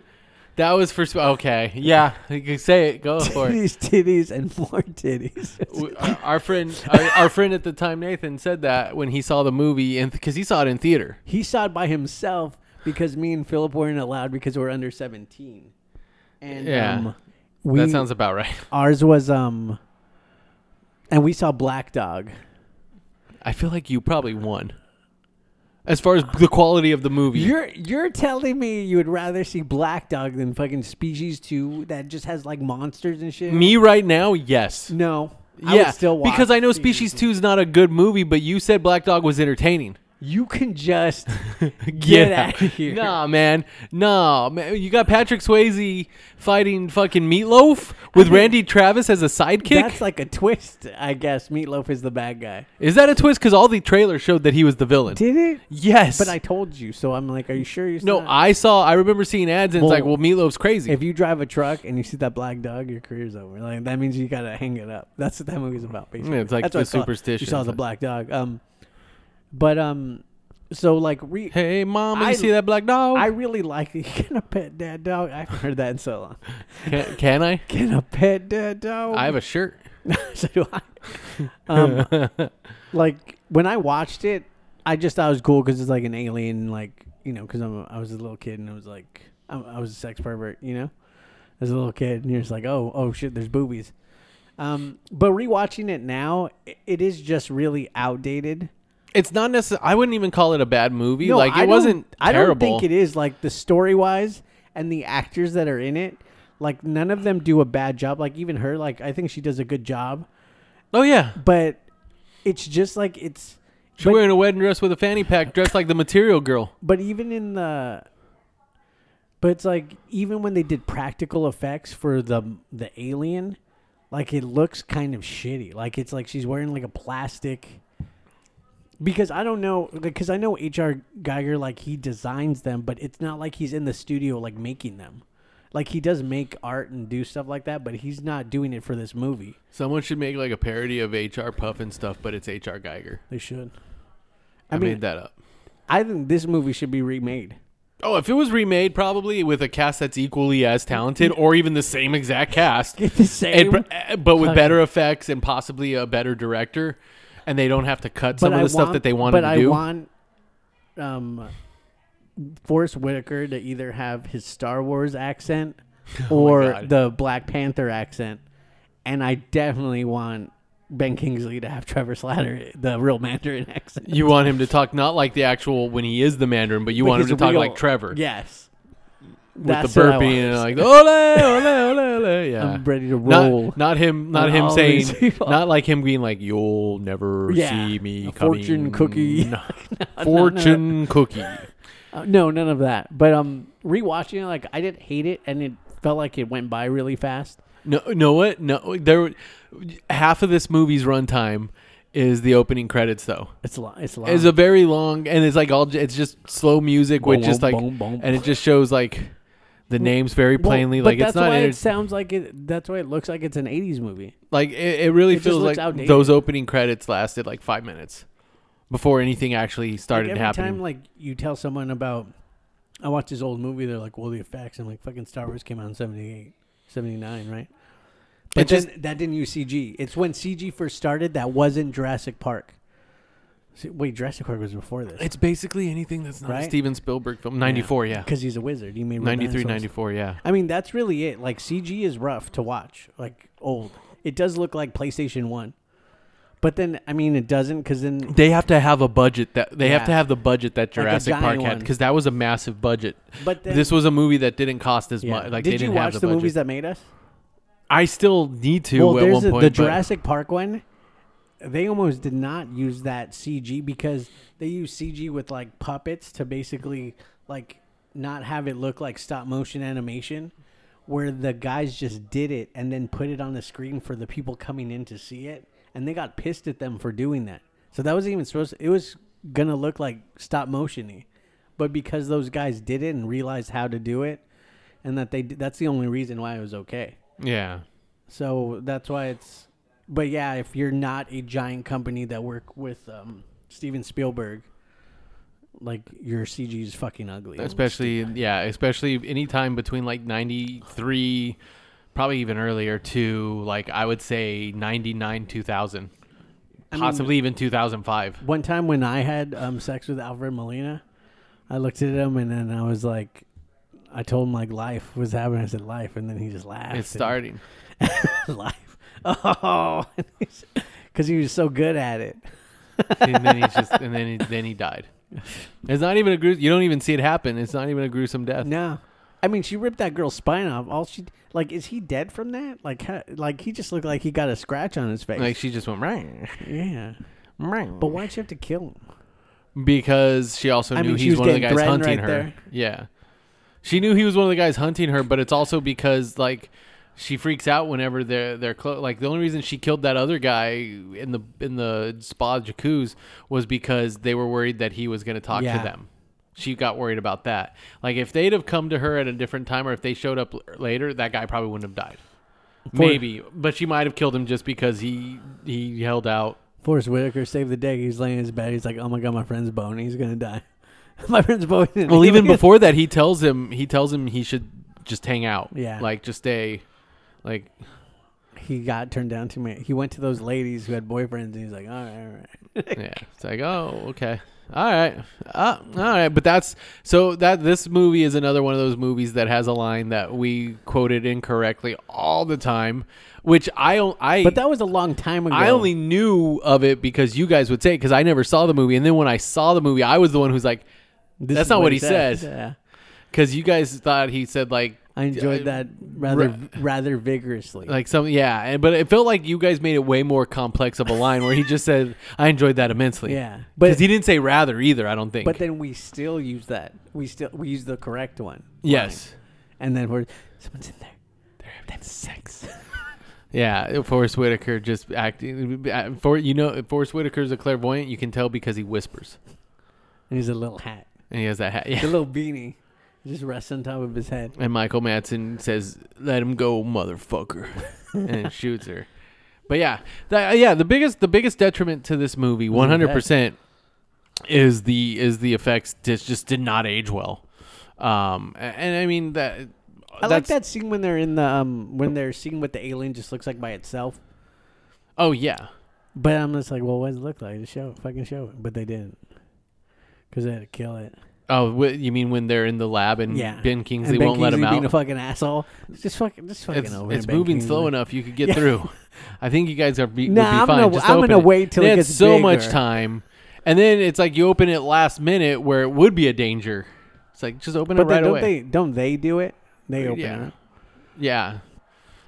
Speaker 3: That was for sp- okay. Yeah, you can say it. Go for it.
Speaker 4: titties, titties, and more titties.
Speaker 3: W- Our our friend, our, our friend at the time, Nathan said that when he saw the movie, and because he saw it in theater.
Speaker 4: he saw it by himself because me and Philip weren't allowed because we were under seventeen. And
Speaker 3: Yeah.
Speaker 4: um, we,
Speaker 3: that sounds about right.
Speaker 4: ours was um, and we saw Black Dog.
Speaker 3: I feel like you probably won. As far as the quality of the movie,
Speaker 4: You're you're telling me you would rather see Black Dog than fucking Species Two that just has like monsters and shit.
Speaker 3: me right now, yes.
Speaker 4: No.
Speaker 3: Yeah,
Speaker 4: I would still watch
Speaker 3: because I know Species Two is not a good movie, but you said Black Dog was entertaining.
Speaker 4: You can just get
Speaker 3: Yeah.
Speaker 4: out of here.
Speaker 3: Nah, man. Nah, man. You got Patrick Swayze fighting fucking Meatloaf with Randy Travis as a sidekick.
Speaker 4: That's like a twist, I guess. Meatloaf is the bad guy.
Speaker 3: Is that a twist? Because all the trailers showed that he was the villain.
Speaker 4: Did it?
Speaker 3: yes,
Speaker 4: But I told you, so I'm like, are you sure you
Speaker 3: no. I saw. I remember seeing ads, and it's like, well,
Speaker 4: Well,
Speaker 3: Meatloaf's crazy.
Speaker 4: if you drive a truck and you see that black dog, your career's over. Like that means you gotta hang it up. That's what that movie's about. Basically,
Speaker 3: Yeah, it's like
Speaker 4: That's what
Speaker 3: the
Speaker 4: I saw.
Speaker 3: superstition,
Speaker 4: You saw the
Speaker 3: but-
Speaker 4: black dog. Um, but um, so like re-
Speaker 3: hey, mom, you
Speaker 4: I-
Speaker 3: see that black dog?
Speaker 4: I really like it. You gonna pet that dog? I haven't heard that in so long.
Speaker 3: can, can I?
Speaker 4: Can I pet that dog?
Speaker 3: I have a shirt.
Speaker 4: so do I. Um, like when I watched it, I just thought it was cool because it's like an alien, like you know, because I'm a, I was a little kid and I was like I, I was a sex pervert, you know, as a little kid, and you're just like, oh, oh shit, there's boobies. Um, but rewatching it now, i it is just really outdated.
Speaker 3: It's not necessary. I wouldn't even call it a bad movie. like it
Speaker 4: I don't-
Speaker 3: wasn't
Speaker 4: I don't
Speaker 3: terrible.
Speaker 4: think it is. Like the story wise and the actors that are in it, like none of them do a bad job. Like even her, like I think she does a good job.
Speaker 3: Oh yeah,
Speaker 4: But it's just like it's.
Speaker 3: she's
Speaker 4: But,
Speaker 3: wearing a wedding dress with a fanny pack, dressed like the Material Girl.
Speaker 4: but even in the. But it's like even when they did practical effects for the the alien, like it looks kind of shitty. Like it's like she's wearing like a plastic. because I don't know because I know HR Geiger like he designs them, but it's not like he's in the studio like making them. Like he does make art and do stuff like that, but he's not doing it for this movie.
Speaker 3: Someone should make like a parody of HR Puff and stuff, but it's HR Geiger.
Speaker 4: They should.
Speaker 3: I,
Speaker 4: I, mean,
Speaker 3: made that up.
Speaker 4: I think this movie should be remade.
Speaker 3: Oh, if it was remade, probably with a cast that's equally as talented, or even the same exact cast,
Speaker 4: Get the same.
Speaker 3: and pr- eh, but with better effects and possibly a better director, and they don't have to cut some of the stuff that they wanted
Speaker 4: but
Speaker 3: to
Speaker 4: I
Speaker 3: do.
Speaker 4: want um, Forrest Whitaker to either have his Star Wars accent or
Speaker 3: Oh God.
Speaker 4: the Black Panther accent, and I definitely want Ben Kingsley to have Trevor Slatter the real Mandarin accent.
Speaker 3: you want him to talk not like the actual when he is the Mandarin, but you want him to
Speaker 4: his
Speaker 3: talk
Speaker 4: real-
Speaker 3: like Trevor
Speaker 4: Yes,
Speaker 3: with
Speaker 4: That's
Speaker 3: the
Speaker 4: what I
Speaker 3: burpee
Speaker 4: want.
Speaker 3: and like ole ole ole ole. Yeah,
Speaker 4: I'm ready to
Speaker 3: Not-
Speaker 4: roll.
Speaker 3: Not, him. Not
Speaker 4: on
Speaker 3: him
Speaker 4: all
Speaker 3: saying.
Speaker 4: these people.
Speaker 3: Not like him being like, "You'll never
Speaker 4: Yeah,
Speaker 3: see me
Speaker 4: a
Speaker 3: coming."
Speaker 4: fortune cookie.
Speaker 3: No. fortune cookie.
Speaker 4: Uh, no, none of that. But um, rewatching it, like I didn't hate it, and it felt like it went by really fast.
Speaker 3: No, no. What? No. There. Half of this movie's runtime is the opening credits though.
Speaker 4: It's long. It's long.
Speaker 3: It's a very long and it's like all j- it's just slow music with
Speaker 4: Boom,
Speaker 3: just like
Speaker 4: boom, boom.
Speaker 3: and it just shows like the names very
Speaker 4: Well,
Speaker 3: plainly
Speaker 4: but
Speaker 3: like it's
Speaker 4: that's
Speaker 3: not
Speaker 4: why
Speaker 3: inter-
Speaker 4: it sounds like it. That's why it looks like it's an '80s movie.
Speaker 3: like it, it really
Speaker 4: it just
Speaker 3: feels
Speaker 4: looks
Speaker 3: like
Speaker 4: outdated.
Speaker 3: those opening credits lasted like 5 minutes before anything actually started
Speaker 4: like every
Speaker 3: happening.
Speaker 4: time like you tell someone about, I watched this old movie. They're like, "Well, the effects." I'm like, "Fucking Star Wars came out in '78, '79, right?" But
Speaker 3: It just-
Speaker 4: then that didn't use CG. It's when CG first started. That wasn't Jurassic Park. See, wait, Jurassic Park was before this,
Speaker 3: it's basically anything that's not a
Speaker 4: Right?
Speaker 3: Steven Spielberg film 94, yeah.
Speaker 4: Because he's a wizard. He made real
Speaker 3: 93
Speaker 4: dinosaurs.
Speaker 3: 94, yeah.
Speaker 4: I mean, that's really it. Like CG is rough to watch. Like old, it does look like PlayStation One, but then I mean, it doesn't because then
Speaker 3: They have to have a budget that they have
Speaker 4: Yeah.
Speaker 3: to have the budget that
Speaker 4: Like a
Speaker 3: Jurassic
Speaker 4: giant
Speaker 3: Park had
Speaker 4: one.
Speaker 3: because that was a massive budget.
Speaker 4: But then-
Speaker 3: this was a movie that didn't cost as
Speaker 4: yeah.
Speaker 3: much. Like
Speaker 4: Did
Speaker 3: they didn't
Speaker 4: you
Speaker 3: have
Speaker 4: watch
Speaker 3: the,
Speaker 4: the,
Speaker 3: budget.
Speaker 4: movies that made us?
Speaker 3: I still need to
Speaker 4: Well,
Speaker 3: at
Speaker 4: there's
Speaker 3: one
Speaker 4: a-
Speaker 3: point.
Speaker 4: the
Speaker 3: but-
Speaker 4: Jurassic Park one. They almost did not use that CG because they used CG with like puppets to basically like not have it look like stop motion animation, where the guys just did it and then put it on the screen for the people coming in to see it, and they got pissed at them for doing that. So that wasn't even supposed. it was gonna look like stop motiony, but because those guys did it and realized how to do it, and that they d- that's the only reason why it was okay.
Speaker 3: yeah,
Speaker 4: So that's why it's. But yeah, if you're not a giant company that work with um, Steven Spielberg, like your CG is fucking ugly.
Speaker 3: especially yeah, especially any time between like ninety three, probably even earlier to like I would say ninety nine two thousand,
Speaker 4: I mean,
Speaker 3: possibly even two thousand five.
Speaker 4: one time when I had um, sex with Alfred Molina, I looked at him and then I was like, I told him like life was happening. I said life, and then he just laughed.
Speaker 3: It's starting.
Speaker 4: life. Oh, because he was so good at it.
Speaker 3: and then he just and then he, then he died. It's not even a gruesome. You don't even see it happen. It's not even a gruesome death.
Speaker 4: No, I mean she ripped that girl's spine off. All she like is he dead from that? Like, how, like he just looked like he got a scratch on his face.
Speaker 3: Like she just went right,
Speaker 4: yeah,
Speaker 3: right.
Speaker 4: but why'd she have to kill him?
Speaker 3: because she also knew
Speaker 4: I mean, she
Speaker 3: he's
Speaker 4: was
Speaker 3: one of the
Speaker 4: getting
Speaker 3: guys
Speaker 4: threatened
Speaker 3: hunting
Speaker 4: right
Speaker 3: her.
Speaker 4: there.
Speaker 3: Yeah, she knew he was one of the guys hunting her, but it's also because like she freaks out whenever they're they're close. Like the only reason she killed that other guy in the in the spa jacuzzi was because they were worried that he was going to talk
Speaker 4: Yeah.
Speaker 3: to them. She got worried about that. Like if they'd have come to her at a different time, or if they showed up l- later, that guy probably wouldn't have died. Maybe, but she might have killed him just because he he held out.
Speaker 4: Forrest Whitaker saved the day. He's laying in his bed. He's like, oh my god, my friend's bone. He's gonna die. my friend's bone.
Speaker 3: Well, even before that, he tells him he tells him he should just hang out.
Speaker 4: Yeah.
Speaker 3: like just stay. Like
Speaker 4: he got turned down too many. He went to those ladies who had boyfriends, and he's like, all right, all right.
Speaker 3: yeah, it's like oh okay, all right, uh, all right. But that's so that this movie is another one of those movies that has a line that we quoted incorrectly all the time, which I don't. I
Speaker 4: But that was a long time ago.
Speaker 3: I only knew of it because you guys would say because I never saw the movie, and then when I saw the movie, I was the one who's like,
Speaker 4: This
Speaker 3: that's
Speaker 4: is
Speaker 3: not what he said.
Speaker 4: Yeah.
Speaker 3: because you guys thought he said like
Speaker 4: I enjoyed
Speaker 3: uh,
Speaker 4: that rather rather vigorously.
Speaker 3: like some yeah and, but it felt like you guys made it way more complex of a line where he just said i enjoyed that immensely
Speaker 4: Yeah.
Speaker 3: because
Speaker 4: But-
Speaker 3: he didn't say rather either i don't think
Speaker 4: But then we still use that. We still we use the correct one.
Speaker 3: Yes.
Speaker 4: Line. And then we're someone's in there. They're having sex.
Speaker 3: yeah forrest whitaker just acting uh, for you know forrest whitaker's a clairvoyant you can tell because he whispers
Speaker 4: and he's a little hat,
Speaker 3: and he has that hat
Speaker 4: a
Speaker 3: yeah
Speaker 4: little beanie, just rests on top of his head.
Speaker 3: and michael madsen says let him go motherfucker and shoots her but yeah that, yeah the biggest the biggest detriment to this movie 100% is the is the effects just just did not age well um a- and i mean that
Speaker 4: I like that scene when they're in the um when they're seeing what the alien just looks like by itself.
Speaker 3: Oh yeah,
Speaker 4: But I'm just like, well, what does it look like? Just show it, fucking show it. But they didn't, because they had to kill it.
Speaker 3: Oh, wh- you mean when they're in the lab and
Speaker 4: Yeah,
Speaker 3: Mm. Ben Kingsley
Speaker 4: And Ben
Speaker 3: won't let him
Speaker 4: Kingsley being
Speaker 3: out?
Speaker 4: a fucking asshole. It's Just fucking, just fucking
Speaker 3: it's
Speaker 4: over.
Speaker 3: it's
Speaker 4: to Ben
Speaker 3: moving
Speaker 4: Kingsley.
Speaker 3: slow enough you could get
Speaker 4: Yeah.
Speaker 3: through. I think you guys are be,
Speaker 4: Nah,
Speaker 3: would be
Speaker 4: I'm
Speaker 3: fine.
Speaker 4: gonna-
Speaker 3: Just
Speaker 4: I'm
Speaker 3: open
Speaker 4: gonna
Speaker 3: it.
Speaker 4: wait till
Speaker 3: They
Speaker 4: it
Speaker 3: had
Speaker 4: gets
Speaker 3: so much
Speaker 4: bigger.
Speaker 3: time, and then it's like you open it last minute where it would be a danger. It's like just open
Speaker 4: But
Speaker 3: it
Speaker 4: then
Speaker 3: right
Speaker 4: don't
Speaker 3: away. Uh,
Speaker 4: they don't they do it? They open
Speaker 3: yeah.
Speaker 4: it.
Speaker 3: Yeah,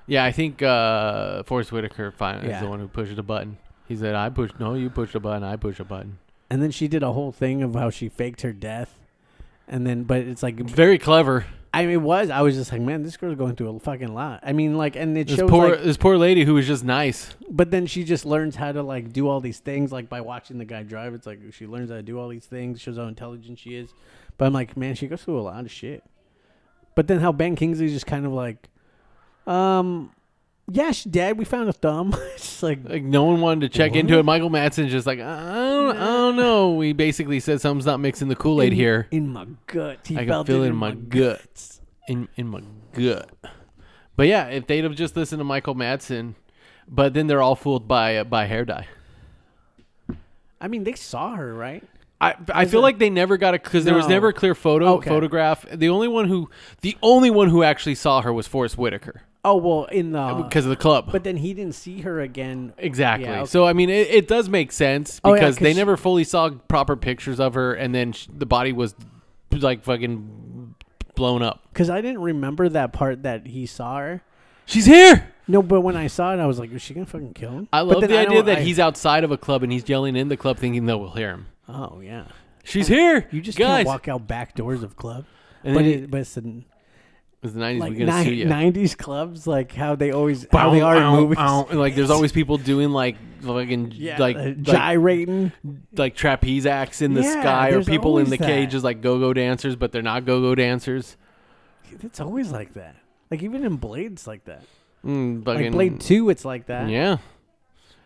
Speaker 3: yeah. I think uh, Forrest Whitaker finally is
Speaker 4: Yeah.
Speaker 3: the one who pushed the button. He said, "I pushed. No, you pushed a button. I pushed a button."
Speaker 4: And then she did a whole thing of how she faked her death. And then, but it's like,
Speaker 3: Very clever.
Speaker 4: I mean, it was. I was just like, man, this girl's going through a fucking lot. I mean, like, and it
Speaker 3: This
Speaker 4: shows.
Speaker 3: poor
Speaker 4: like,
Speaker 3: this poor lady who was just nice.
Speaker 4: but then she just learns how to like do all these things like by watching the guy drive it's like she learns how to do all these things shows how intelligent she is but i'm like man she goes through a lot of shit but then how ben kingsley just kind of like um yeah she dad we found a thumb it's like
Speaker 3: Like no one wanted to check into it. Michael Madsen's just like I don't, I don't know. We basically said something's not mixing the Kool Aid here.
Speaker 4: in my gut he
Speaker 3: I can
Speaker 4: felt
Speaker 3: feel it in my gut. In in my gut. But yeah, if they'd have just listened to Michael Madsen, but then they're all fooled by uh, by hair dye.
Speaker 4: i mean they saw her right
Speaker 3: I, I feel like they never got a because there was
Speaker 4: No.
Speaker 3: never a clear photo
Speaker 4: Okay.
Speaker 3: photograph. The only one who the only one who actually saw her was Forrest Whitaker
Speaker 4: oh well in the
Speaker 3: because of the club.
Speaker 4: but then he didn't see her again
Speaker 3: exactly.
Speaker 4: Yeah, okay.
Speaker 3: So I mean, it, it does make sense
Speaker 4: Oh, yeah,
Speaker 3: because
Speaker 4: 'cause
Speaker 3: they
Speaker 4: she-
Speaker 3: never fully saw proper pictures of her, and then sh the body was like fucking blown up.
Speaker 4: because i didn't remember that part that he saw her
Speaker 3: She's here.
Speaker 4: No, but when I saw it, I was like, "Is she gonna fucking kill him?"
Speaker 3: I
Speaker 4: But
Speaker 3: love
Speaker 4: then
Speaker 3: the idea
Speaker 4: don't-
Speaker 3: that
Speaker 4: I-
Speaker 3: he's outside of a club and he's yelling in the club, thinking they will hear him.
Speaker 4: Oh yeah,
Speaker 3: She's here.
Speaker 4: you just
Speaker 3: guys.
Speaker 4: can't walk out back doors of club.
Speaker 3: And
Speaker 4: but
Speaker 3: then
Speaker 4: it, but it's the,
Speaker 3: It was the nineties.
Speaker 4: like
Speaker 3: we're gonna sue you.
Speaker 4: nineties clubs, like how they always how they are in
Speaker 3: Ow, ow,
Speaker 4: movies,
Speaker 3: ow. And, Like there's always people doing like fucking
Speaker 4: yeah,
Speaker 3: like,
Speaker 4: uh,
Speaker 3: like
Speaker 4: gyrating.
Speaker 3: like trapeze acts in the
Speaker 4: Yeah,
Speaker 3: sky or
Speaker 4: there's
Speaker 3: people in
Speaker 4: always
Speaker 3: the
Speaker 4: that.
Speaker 3: cages like go-go dancers but they're not go-go dancers.
Speaker 4: It's always like that. Like even in Blades, like that.
Speaker 3: Mm,
Speaker 4: Like
Speaker 3: fucking-
Speaker 4: Blade Two, it's like that.
Speaker 3: Yeah.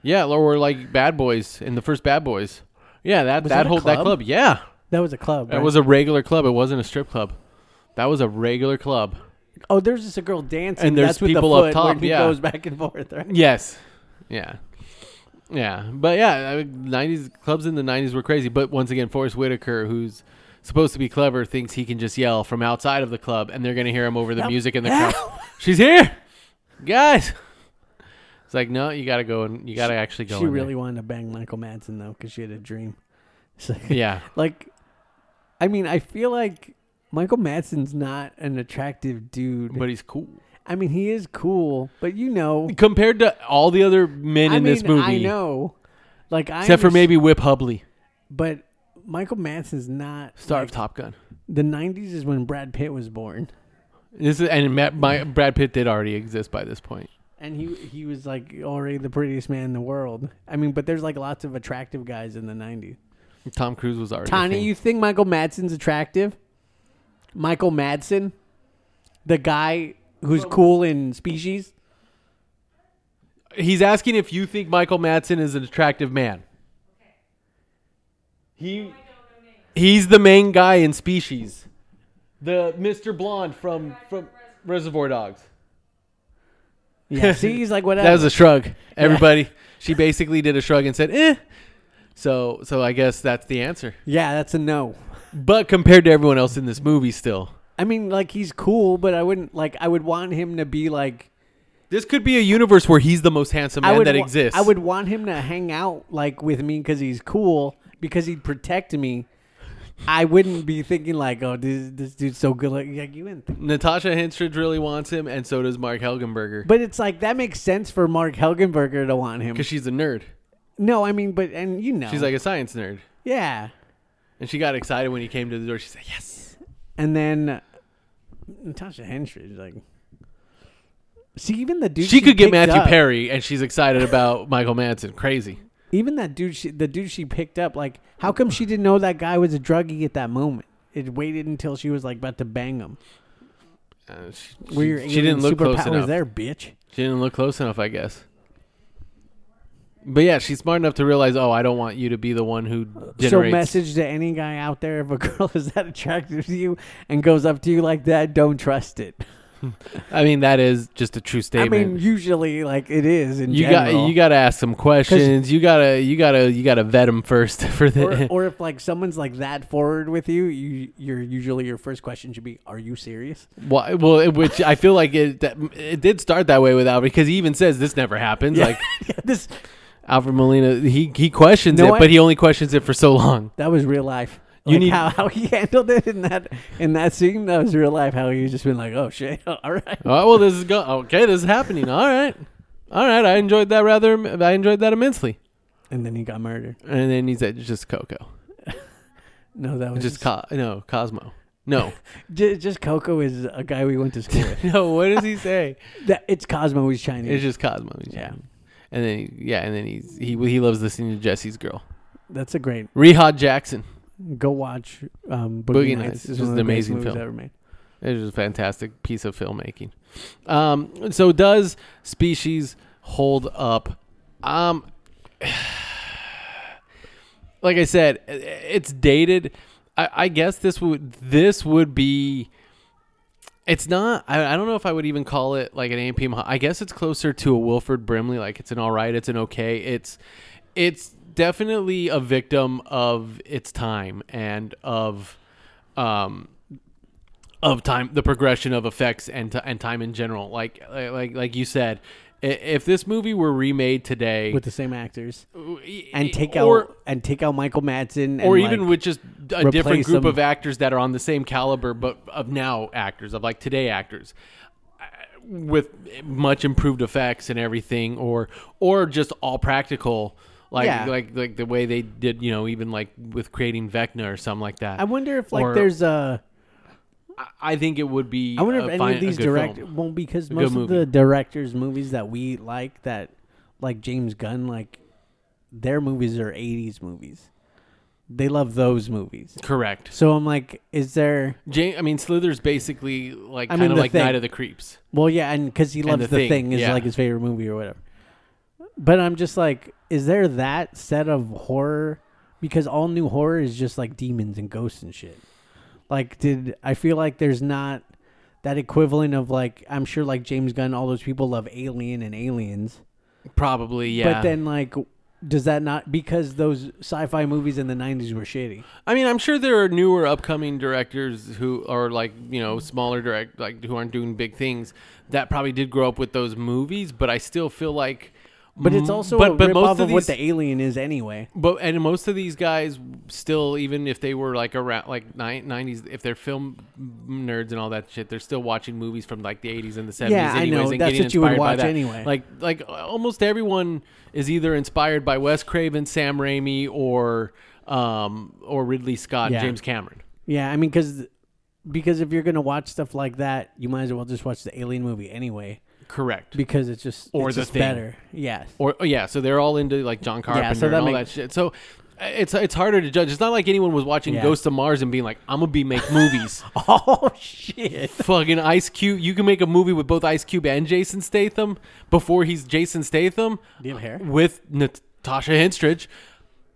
Speaker 3: Yeah, or we're like Bad Boys in the first Bad Boys. Yeah, that that,
Speaker 4: Was that a
Speaker 3: whole that
Speaker 4: club?
Speaker 3: club. Yeah.
Speaker 4: That was a club.
Speaker 3: That
Speaker 4: right?
Speaker 3: was a regular club. It wasn't a strip club. That was a regular club.
Speaker 4: oh, there's just a girl dancing,
Speaker 3: And there's
Speaker 4: that's with
Speaker 3: people
Speaker 4: the
Speaker 3: up
Speaker 4: foot where
Speaker 3: top,
Speaker 4: he
Speaker 3: yeah.
Speaker 4: goes back and forth. Right?
Speaker 3: Yes. Yeah. Yeah. But yeah, I mean, 90s clubs in the 90s were crazy. But once again, Forrest Whitaker, who's supposed to be clever, thinks he can just yell from outside of the club and they're going to hear him over the music in the crowd. She's here. Guys. It's like, no, you got to go and you got to actually go. in
Speaker 4: She
Speaker 3: there.
Speaker 4: really wanted to bang Michael Madsen though, because she had a dream. So,
Speaker 3: Yeah.
Speaker 4: like I mean, I feel like Michael Madsen's not an attractive dude.
Speaker 3: But he's cool.
Speaker 4: I mean, he is cool, but you know,
Speaker 3: Compared to all the other men
Speaker 4: I
Speaker 3: in
Speaker 4: mean,
Speaker 3: this movie.
Speaker 4: I know, like I
Speaker 3: Except for
Speaker 4: underst-
Speaker 3: maybe Whip Hubley,
Speaker 4: but Michael Madsen's not
Speaker 3: star
Speaker 4: like,
Speaker 3: of Top Gun.
Speaker 4: The '90s is when Brad Pitt was born,
Speaker 3: This is and Matt, my, Brad Pitt did already exist by this point.
Speaker 4: and he he was like already the prettiest man in the world. I mean, but there's like lots of attractive guys in the '90s.
Speaker 3: Tom Cruise was already. a
Speaker 4: Tanya,
Speaker 3: thing.
Speaker 4: you think Michael Madsen's attractive? Michael Madsen, the guy who's cool in Species.
Speaker 3: He's asking if you think Michael Madsen is an attractive man. He He's the main guy in Species. The Mr. Blonde from from Reservoir Dogs.
Speaker 4: Yeah, see, he's like whatever.
Speaker 3: That was a shrug. Everybody, she basically did a shrug and said, "Eh." So, so I guess that's the answer.
Speaker 4: yeah, that's a no.
Speaker 3: But compared to everyone else in this movie still.
Speaker 4: I mean, like he's cool, but I wouldn't like. I would want him to be like.
Speaker 3: This could be a universe where he's the most handsome
Speaker 4: I
Speaker 3: man
Speaker 4: would
Speaker 3: that
Speaker 4: wa-
Speaker 3: exists.
Speaker 4: I would want him to hang out like with me because he's cool because he'd protect me. I wouldn't be thinking like, oh, this, this dude's so good. Like, like you wouldn't. Think.
Speaker 3: Natasha Henstridge really wants him and so does Mark Helgenberger
Speaker 4: But it's like that makes sense for Mark Helgenberger to want him.
Speaker 3: cuz she's a nerd.
Speaker 4: No, I mean, but and you know,
Speaker 3: She's like a science nerd.
Speaker 4: yeah.
Speaker 3: And she got excited when he came to the door. She said, "Yes."
Speaker 4: And then uh, Natasha Henstridge, like, see, even the dude
Speaker 3: She could get
Speaker 4: picked
Speaker 3: Matthew
Speaker 4: up-
Speaker 3: Perry, and she's excited about Michael Manson. Crazy.
Speaker 4: Even that dude, she, the dude she picked up, like, how come she didn't know that guy was a druggie at that moment? It waited until she was like about to bang him.
Speaker 3: Uh, she,
Speaker 4: Where your
Speaker 3: she- she didn't
Speaker 4: alien
Speaker 3: look close
Speaker 4: superpowers
Speaker 3: enough.
Speaker 4: there, bitch.
Speaker 3: She didn't look close enough, I guess. But yeah, she's smart enough to realize, oh, I don't want you to be the one who generates.
Speaker 4: So message to any guy out there: if a girl is that attractive to you and goes up to you like that, don't trust it.
Speaker 3: I mean, that is just a true
Speaker 4: I
Speaker 3: statement.
Speaker 4: mean, usually, like it is in
Speaker 3: you
Speaker 4: general.
Speaker 3: got you got to ask some questions. You gotta you gotta you gotta vet them first for
Speaker 4: or,
Speaker 3: the.
Speaker 4: or if like someone's like that forward with you, you you're usually your first question should be, "Are you serious?"
Speaker 3: Why- well, it- which I feel like it that, it did start that way with Albert because he even says this never happens. Like
Speaker 4: this
Speaker 3: Alfred Molina, he he questions
Speaker 4: No,
Speaker 3: it,
Speaker 4: I-
Speaker 3: but he only questions it for so long.
Speaker 4: that was real life.
Speaker 3: You
Speaker 4: Like,
Speaker 3: need-
Speaker 4: how, how he handled it in that in that scene. That was real life. How he just been like, "Oh shit, all right."
Speaker 3: Oh well, this is go. Okay, this is happening. All right, all right. I enjoyed that rather. I enjoyed that immensely.
Speaker 4: And then he got murdered.
Speaker 3: And then he said, "Just Coco,
Speaker 4: No, that was
Speaker 3: just Co- no Cosmo." No.
Speaker 4: Ju- Just Coco is a guy we went to school with.
Speaker 3: no, what does he say?
Speaker 4: That it's Cosmo who's Chinese.
Speaker 3: It's just Cosmo.
Speaker 4: Yeah.
Speaker 3: And then he, yeah, and then he's he he loves listening to Jesse's girl.
Speaker 4: That's a great.
Speaker 3: Rehad Jackson.
Speaker 4: Go watch um,
Speaker 3: Boogie
Speaker 4: Boogie,
Speaker 3: Nights
Speaker 4: Nights.
Speaker 3: is
Speaker 4: one
Speaker 3: just
Speaker 4: of
Speaker 3: an
Speaker 4: the greatest
Speaker 3: amazing
Speaker 4: movies
Speaker 3: film.
Speaker 4: ever made.
Speaker 3: It was a fantastic piece of filmmaking. Um, so does species hold up? Um, like I said, i- it's dated. I, I guess this would this would be. It's not. I, I don't know if I would even call it like an AMP. I guess it's closer to a Wilford Brimley. Like it's an all right. It's an okay. It's it's definitely a victim of its time and of um of time the progression of effects and t- and time in general like like like you said i- if this movie were remade today
Speaker 4: with the same actors
Speaker 3: and
Speaker 4: and take
Speaker 3: Uh, or,
Speaker 4: out and take out Michael Madsen and
Speaker 3: or
Speaker 4: like,
Speaker 3: even with just a different
Speaker 4: replace
Speaker 3: group
Speaker 4: them.
Speaker 3: of actors that are on the same caliber but of now actors of like today actors uh, with much improved effects and everything or or just all practical like
Speaker 4: Yeah.
Speaker 3: like like the way they did you know even like with creating Vecna or something like that
Speaker 4: I wonder if like
Speaker 3: Or-
Speaker 4: there's a
Speaker 3: I think it would be
Speaker 4: I wonder
Speaker 3: a
Speaker 4: if any
Speaker 3: fine- a
Speaker 4: of these
Speaker 3: good
Speaker 4: direct
Speaker 3: film.
Speaker 4: well because
Speaker 3: good
Speaker 4: most of
Speaker 3: movie.
Speaker 4: the directors movies that we like that like James Gunn like their movies are 80s movies. They love those movies.
Speaker 3: correct
Speaker 4: So I'm like is there
Speaker 3: Jane, I mean, Slither's basically like
Speaker 4: I
Speaker 3: kind of
Speaker 4: mean, The
Speaker 3: like Night
Speaker 4: Thing.
Speaker 3: of the Creeps.
Speaker 4: well yeah and cuz he loves
Speaker 3: The
Speaker 4: the,
Speaker 3: Thing,
Speaker 4: thing, is
Speaker 3: yeah.
Speaker 4: like his favorite movie or whatever. But I'm just like is there that set of horror because all new horror is just like demons and ghosts and shit. Like did I feel like there's not that equivalent of like I'm sure like James Gunn all those people love Alien and Aliens.
Speaker 3: Probably, yeah.
Speaker 4: But then, like, does that not because those sci-fi movies in the '90s were shitty?
Speaker 3: I mean, I'm sure there are newer upcoming directors who are like, you know, smaller direct, like who aren't doing big things that probably did grow up with those movies, but I still feel like.
Speaker 4: But it's also
Speaker 3: Mm, but,
Speaker 4: a
Speaker 3: but
Speaker 4: rip
Speaker 3: most
Speaker 4: off
Speaker 3: of
Speaker 4: of, what
Speaker 3: these-
Speaker 4: the Alien is anyway.
Speaker 3: But and most of these guys still, even if they were like around like ni- 90s, if they're film nerds and all that shit, they're still watching movies from like the 80s and the 70s.
Speaker 4: Yeah, I
Speaker 3: anyways,
Speaker 4: know.
Speaker 3: And
Speaker 4: That's
Speaker 3: getting
Speaker 4: what you would
Speaker 3: inspired by
Speaker 4: watch
Speaker 3: that.
Speaker 4: anyway.
Speaker 3: Like like almost everyone is either inspired by Wes Craven, Sam Raimi, or um or Ridley Scott,
Speaker 4: Yeah.
Speaker 3: James Cameron.
Speaker 4: Yeah, I mean, because because if you're gonna watch stuff like that, you might as well just watch the Alien movie anyway
Speaker 3: Correct.
Speaker 4: because it's just
Speaker 3: Or
Speaker 4: it's
Speaker 3: The
Speaker 4: just
Speaker 3: Thing.
Speaker 4: better. Yes.
Speaker 3: or oh, yeah, so they're all into like John Carpenter and
Speaker 4: that
Speaker 3: all
Speaker 4: makes-
Speaker 3: that shit. So it's it's harder to judge. It's not like anyone was watching
Speaker 4: Yeah.
Speaker 3: Ghost of Mars and being like, "I'm gonna be make movies."
Speaker 4: oh shit.
Speaker 3: Fucking Ice Cube, you can make a movie with both Ice Cube and Jason Statham before he's Jason Statham.
Speaker 4: Do you have hair?
Speaker 3: with Natasha Henstridge.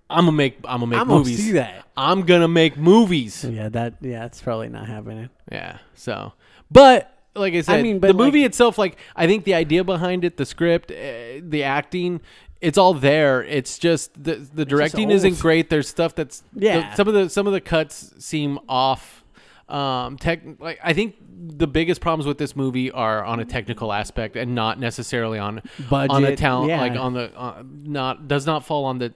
Speaker 3: I'm gonna make I'm gonna make
Speaker 4: I'm gonna
Speaker 3: movies.
Speaker 4: see that.
Speaker 3: I'm gonna make movies.
Speaker 4: Yeah, that yeah, it's probably not happening.
Speaker 3: Yeah. So, but like I said,
Speaker 4: mean,
Speaker 3: the
Speaker 4: but, like-
Speaker 3: movie itself, like I think the idea behind it, the script, uh, the acting, it's all there. It's just the the directing
Speaker 4: old.
Speaker 3: isn't great. There's stuff that's
Speaker 4: Yeah.
Speaker 3: the- some of the some of the cuts seem off. Um, tech, like I think the biggest problems with this movie are on a technical aspect and not necessarily on on a
Speaker 4: Budget,
Speaker 3: talent
Speaker 4: yeah.
Speaker 3: like on the uh, not does not fall on the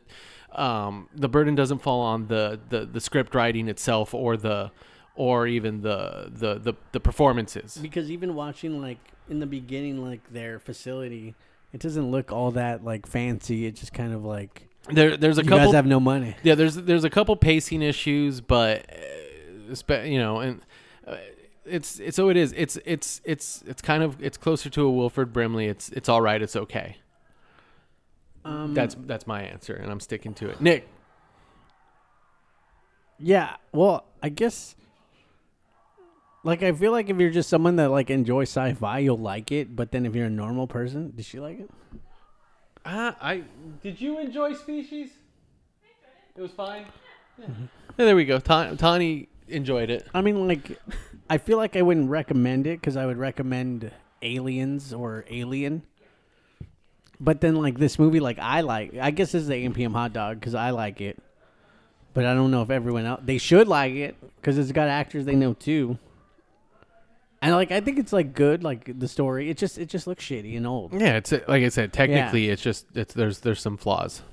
Speaker 3: um the burden doesn't fall on the the the script writing itself or the or even the the the, the performances
Speaker 4: Because even watching like in the beginning, like their facility, it doesn't look all that like fancy. It's just kind of like
Speaker 3: there there's a
Speaker 4: you
Speaker 3: couple
Speaker 4: guys have no money.
Speaker 3: yeah there's there's a couple pacing issues but uh, spe- you know and uh, it's it's so it is it's it's it's it's kind of it's closer to a Wilford Brimley it's it's all right it's okay
Speaker 4: Um,
Speaker 3: that's that's my answer and I'm sticking to it Nick
Speaker 4: Yeah, well, I guess like I feel like if you're just someone that like enjoys sci-fi, you'll like it, but then if you're a normal person, did she like it?
Speaker 3: Ah, I did you enjoy Species? It was fine. Yeah, there we go. Ta- Tani enjoyed it.
Speaker 4: I mean, like I feel like I wouldn't recommend it cuz I would recommend Aliens or Alien. But then like this movie like I like I guess this is the AMPM hot dog cuz I like it. But I don't know if everyone else they should like it cuz it's got actors they know too. And like I think it's like good like the story. It just it just looks shitty and old.
Speaker 3: Yeah, it's like I said. Technically, it's just it's there's there's some flaws.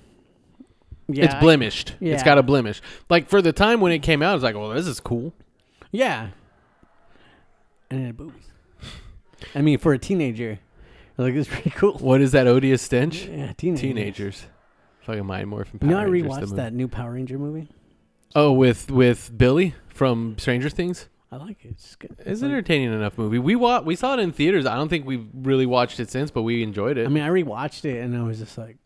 Speaker 4: Yeah,
Speaker 3: it's
Speaker 4: I-
Speaker 3: blemished. It's
Speaker 4: yeah.
Speaker 3: got a blemish. Like for the time when it came out, I was like, "Well, this is cool."
Speaker 4: Yeah. And it had boobies. I mean, for a teenager, like it's pretty cool.
Speaker 3: What is that odious stench?
Speaker 4: Yeah, teenager.
Speaker 3: Teenagers, fucking mind morphing.
Speaker 4: You
Speaker 3: Power
Speaker 4: know, I
Speaker 3: Rangers, the
Speaker 4: rewatched
Speaker 3: movie.
Speaker 4: that new Power Ranger movie.
Speaker 3: Oh, with with Billy from Stranger Things.
Speaker 4: I like it. It's good.
Speaker 3: It's an entertaining enough movie. We wa- we saw it in theaters. I don't think we've really watched it since, but we enjoyed it.
Speaker 4: I mean, I rewatched it and I was just like,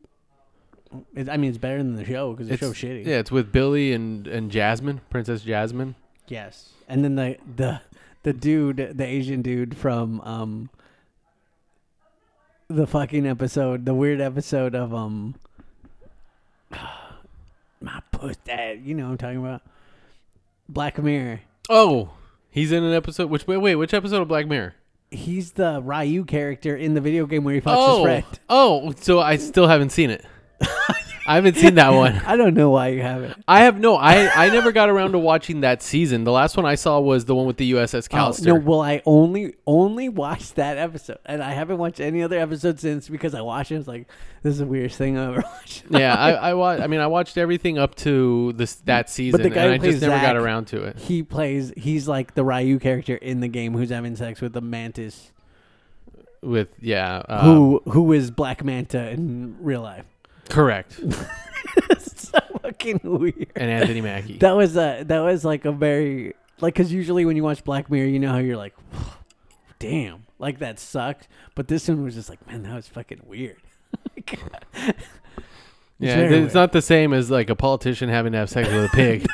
Speaker 4: it, I mean, it's better than the show because the show's shitty.
Speaker 3: Yeah, it's with Billy and, and Jasmine, Princess Jasmine.
Speaker 4: Yes. And then the the the dude, the Asian dude from um the fucking episode, the weird episode of um my pussy, you know what I'm talking about? Black Mirror.
Speaker 3: Oh, he's in an episode. Which wait, wait, which episode of Black Mirror?
Speaker 4: He's the Ryu character in the video game where he fucks his
Speaker 3: Oh,
Speaker 4: friend.
Speaker 3: oh, so I still haven't seen it. I haven't seen that one.
Speaker 4: I don't know why you haven't.
Speaker 3: I have no. I I never got around to watching that season. The last one I saw was the one with the USS
Speaker 4: Oh,
Speaker 3: Callister.
Speaker 4: no, well, I only only watched that episode, and I haven't watched any other episode since because I watched it. It's like this is the weirdest thing I ever watched.
Speaker 3: yeah, I I, wa- I mean, I watched everything up to this that season,
Speaker 4: But the guy
Speaker 3: and
Speaker 4: who
Speaker 3: I
Speaker 4: plays
Speaker 3: just never got
Speaker 4: Zack,
Speaker 3: around to it.
Speaker 4: He plays. He's like the Ryu character in the game who's having sex with the mantis,
Speaker 3: With yeah, uh,
Speaker 4: who who is Black Manta in real life.
Speaker 3: correct,
Speaker 4: so fucking weird.
Speaker 3: and Anthony Mackie.
Speaker 4: That was a that was like a very like because usually when you watch Black Mirror, you know how you're like, damn, like that sucked. But this one was just like, man, that was fucking weird.
Speaker 3: yeah,
Speaker 4: very
Speaker 3: it's
Speaker 4: weird.
Speaker 3: not the same as like a politician having to have sex with a pig.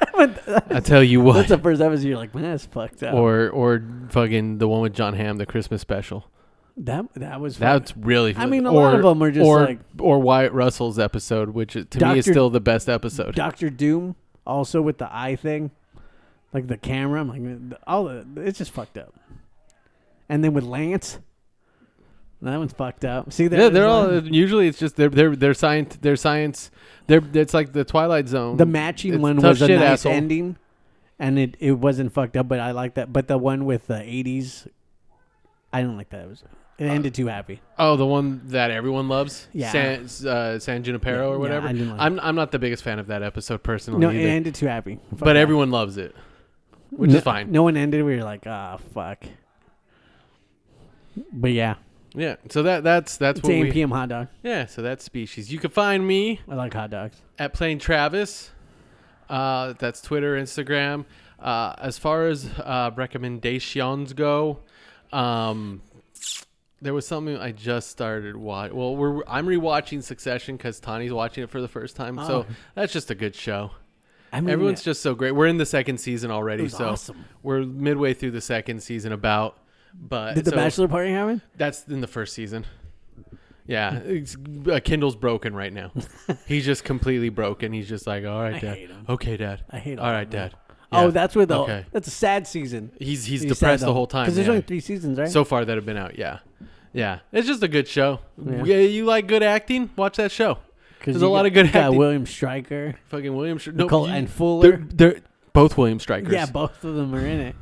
Speaker 3: I tell you what,
Speaker 4: That's the first episode. You're like, man, that's fucked up.
Speaker 3: or or fucking the one with John Hamm, the Christmas special.
Speaker 4: that that was fucked-
Speaker 3: That's really.
Speaker 4: I mean, a lot of 'em are just
Speaker 3: or,
Speaker 4: like-
Speaker 3: or Wyatt Russell's episode, which is- to me is
Speaker 4: Dr.
Speaker 3: still the best episode.
Speaker 4: Doctor Doom also with the eye thing, like the camera. I'm like the- all the it's just fucked up. And then with Lance, that one's fucked up. See,
Speaker 3: yeah, they're
Speaker 4: there's
Speaker 3: all uh,
Speaker 4: one.
Speaker 3: usually it's just they're they're they're science they're science they're it's like the Twilight Zone.
Speaker 4: the matching
Speaker 3: it's
Speaker 4: one
Speaker 3: tough
Speaker 4: was a
Speaker 3: shit,
Speaker 4: nice
Speaker 3: asshole.
Speaker 4: ending, and it it wasn't fucked up. But I like that. But the one with the '80s, I didn't like that. It was it
Speaker 3: Uh,
Speaker 4: ended too happy.
Speaker 3: Oh, the one that everyone loves,
Speaker 4: Yeah.
Speaker 3: San, uh, San Junipero
Speaker 4: Yeah,
Speaker 3: or
Speaker 4: yeah,
Speaker 3: whatever.
Speaker 4: I didn't like
Speaker 3: I'm I'm not the biggest fan of that episode personally
Speaker 4: No, it
Speaker 3: either,
Speaker 4: ended too happy. Fuck
Speaker 3: but
Speaker 4: that.
Speaker 3: everyone loves it, which
Speaker 4: no,
Speaker 3: is fine.
Speaker 4: No one ended. We were like, ah, fuck. But yeah,
Speaker 3: Yeah, so that that's that's
Speaker 4: it's
Speaker 3: what
Speaker 4: 8
Speaker 3: we
Speaker 4: p.m. hot dog.
Speaker 3: yeah. So that's species. You can find me
Speaker 4: I like hot dogs.
Speaker 3: at Plain Travis. Uh, that's Twitter, Instagram. Uh, as far as uh, recommendations go, um, there was something I just started watch. Well, we're I'm rewatching Succession because Tani's watching it for the first time, so
Speaker 4: Oh.
Speaker 3: that's just a good show.
Speaker 4: I mean,
Speaker 3: Everyone's just so great. We're in the second season already,
Speaker 4: was
Speaker 3: so
Speaker 4: awesome.
Speaker 3: we're midway through the second season. About, but
Speaker 4: Did the
Speaker 3: so
Speaker 4: bachelor party happen?
Speaker 3: that's in the first season. Yeah, it's, uh, Kendall's broken right now. He's just completely broken. He's just like, all right, dad.
Speaker 4: hate him.
Speaker 3: Okay, dad.
Speaker 4: I hate
Speaker 3: All
Speaker 4: all
Speaker 3: right,
Speaker 4: of them.
Speaker 3: dad.
Speaker 4: Oh,
Speaker 3: Yeah.
Speaker 4: that's where the
Speaker 3: Okay.
Speaker 4: that's a sad season.
Speaker 3: He's he's, depressed the whole time.
Speaker 4: because there's
Speaker 3: yeah.
Speaker 4: only three seasons, right?
Speaker 3: so far that have been out. Yeah, yeah. It's just a good show. Yeah. you like good acting? Watch that show. There's a
Speaker 4: you
Speaker 3: lot
Speaker 4: got-
Speaker 3: of good
Speaker 4: you got
Speaker 3: acting.
Speaker 4: William Stryker,
Speaker 3: Fucking William. Sh- no,
Speaker 4: Nicole
Speaker 3: you-
Speaker 4: and
Speaker 3: they're,
Speaker 4: Fuller.
Speaker 3: they're both William Strikers.
Speaker 4: Yeah, both of them are in it.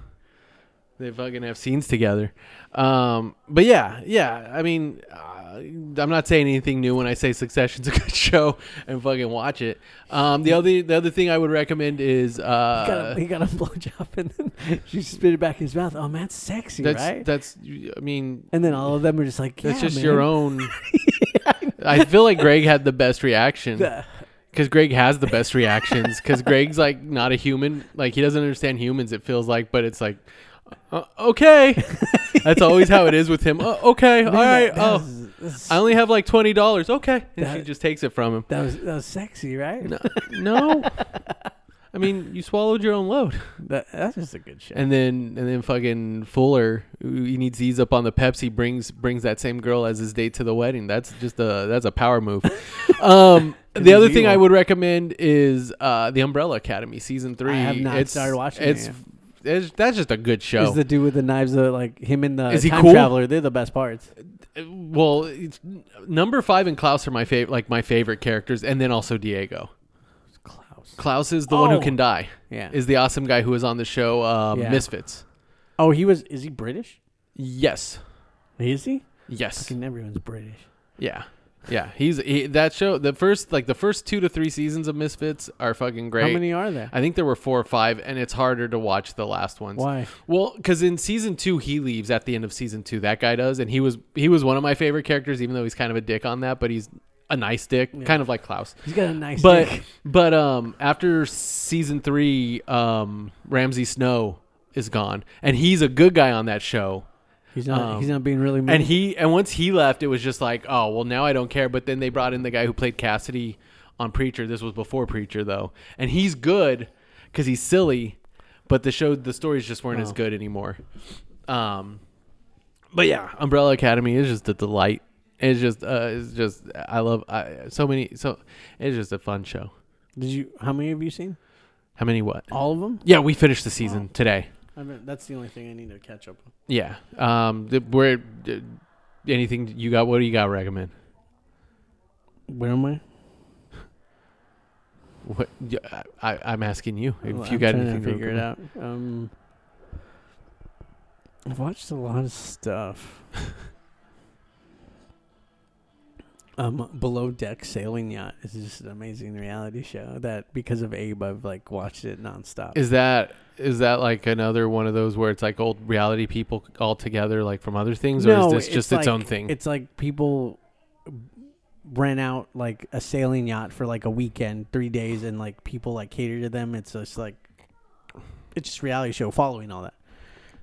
Speaker 3: They fucking have scenes together. Um, but yeah, yeah. I mean, uh, I'm not saying anything new when I say Succession's a good show and fucking watch it. Um, the other the other thing I would recommend is
Speaker 4: He got, a,
Speaker 3: uh,
Speaker 4: he got a blowjob and then she spit it back in his mouth. Oh man, that's sexy,
Speaker 3: that's
Speaker 4: right?
Speaker 3: that's I mean
Speaker 4: and then all of them are just like,
Speaker 3: that's
Speaker 4: "Yeah,
Speaker 3: just
Speaker 4: man."
Speaker 3: your own. I feel like Greg had the best reaction
Speaker 4: The-
Speaker 3: because Greg has the best reactions because Greg's like not a human, like he doesn't understand humans. It feels like, but it's like. Uh, okay, that's always how it is with him. Uh, okay, all right.
Speaker 4: That
Speaker 3: Oh,
Speaker 4: was- that's-
Speaker 3: I only have like twenty dollars. Okay, and she
Speaker 4: That-
Speaker 3: just takes it from him.
Speaker 4: That was that was sexy, right?
Speaker 3: No, no. I mean you swallowed your own load.
Speaker 4: That, that's just a good show.
Speaker 3: And then and then fucking Fuller, who he needs to ease up on the Pepsi. brings brings that same girl as his date to the wedding. That's just a that's a power move. Um, the
Speaker 4: he's
Speaker 3: other thing I
Speaker 4: evil.
Speaker 3: would recommend is uh, the Umbrella Academy season three.
Speaker 4: have not started watching it
Speaker 3: It's, it's that's just a good show.
Speaker 4: Is the dude with the knives that like him and the
Speaker 3: Is he
Speaker 4: time
Speaker 3: cool?
Speaker 4: traveler? They're the best parts.
Speaker 3: well, it's, number five and Klaus are my favorite, like my favorite characters, and then also Diego.
Speaker 4: Klaus.
Speaker 3: Klaus is the one who
Speaker 4: Oh.
Speaker 3: can die.
Speaker 4: Yeah.
Speaker 3: Is the awesome guy who was on the show uh,
Speaker 4: Yeah.
Speaker 3: Misfits.
Speaker 4: Oh, he was. Is he British?
Speaker 3: Yes.
Speaker 4: Is he?
Speaker 3: Yes.
Speaker 4: Fucking everyone's British.
Speaker 3: Yeah. Yeah. He's he, that show. The first like the first two to three seasons of Misfits are fucking great.
Speaker 4: How many are there?
Speaker 3: I think there were four or five, and it's harder to watch the last ones.
Speaker 4: Why?
Speaker 3: Well, because in season two he leaves at the end of season two. That guy does, and he was he was one of my favorite characters, even though he's kind of a dick on that, but he's a nice dick, kind of like Klaus.
Speaker 4: He's got a nice.
Speaker 3: but
Speaker 4: dick.
Speaker 3: but um after season three um ramsey snow is gone, and he's a good guy on that show.
Speaker 4: He's not.
Speaker 3: Um,
Speaker 4: he's not being really. Mean.
Speaker 3: And he and once he left, it was just like, oh well, now I don't care. But then they brought in the guy who played Cassidy on Preacher. This was before Preacher though, and he's good because he's silly, but the show the stories just weren't as good anymore. Um, but yeah, Umbrella Academy is just a delight. It's just uh, it's just I love I, so many so it's just a fun show.
Speaker 4: Did you? How many have you seen?
Speaker 3: How many what?
Speaker 4: All of them?
Speaker 3: Uh, Yeah, we finished the season today.
Speaker 4: I mean, that's the only thing I need to catch up on.
Speaker 3: Yeah. Um, th- where th- anything you got? What do you got? Recommend?
Speaker 4: Where am I?
Speaker 3: What y- I, am asking you if
Speaker 4: Well,
Speaker 3: you
Speaker 4: I'm
Speaker 3: got
Speaker 4: trying
Speaker 3: anything
Speaker 4: to figure it
Speaker 3: recommend.
Speaker 4: out. Um, I've watched a lot of stuff. um, Below Deck Sailing Yacht is just an amazing reality show that because of Abe I've like watched it nonstop.
Speaker 3: Is that is that like another one of those where it's like old reality people all together, like from other things, or is this just its
Speaker 4: like-
Speaker 3: own thing?
Speaker 4: It's like people rent out like a sailing yacht for like a weekend, three days, and like people like cater to them. It's just like it's just reality show following all that.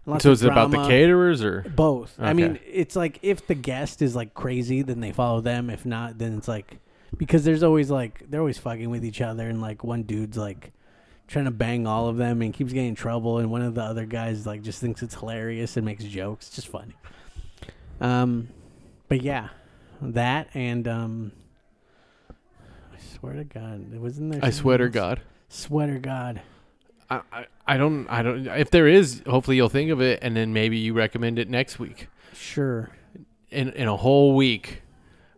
Speaker 4: Lots
Speaker 3: so
Speaker 4: of
Speaker 3: is it about the
Speaker 4: drama.
Speaker 3: caterers or?
Speaker 4: Both. I
Speaker 3: Okay.
Speaker 4: mean, it's like if the guest is like crazy, then they follow them. If not, then it's like because there's always like they're always fucking with each other, and like one dude's like trying to bang all of them and keeps getting in trouble, and one of the other guys like just thinks it's hilarious and makes jokes. It's just funny. Um, but yeah, that and um, I swear to God, it wasn't there.
Speaker 3: I
Speaker 4: something
Speaker 3: swear to
Speaker 4: else?
Speaker 3: God,
Speaker 4: Swear to God.
Speaker 3: I, I I don't I don't. If there is, hopefully you'll think of it, and then maybe you recommend it next week.
Speaker 4: Sure.
Speaker 3: In in a whole week,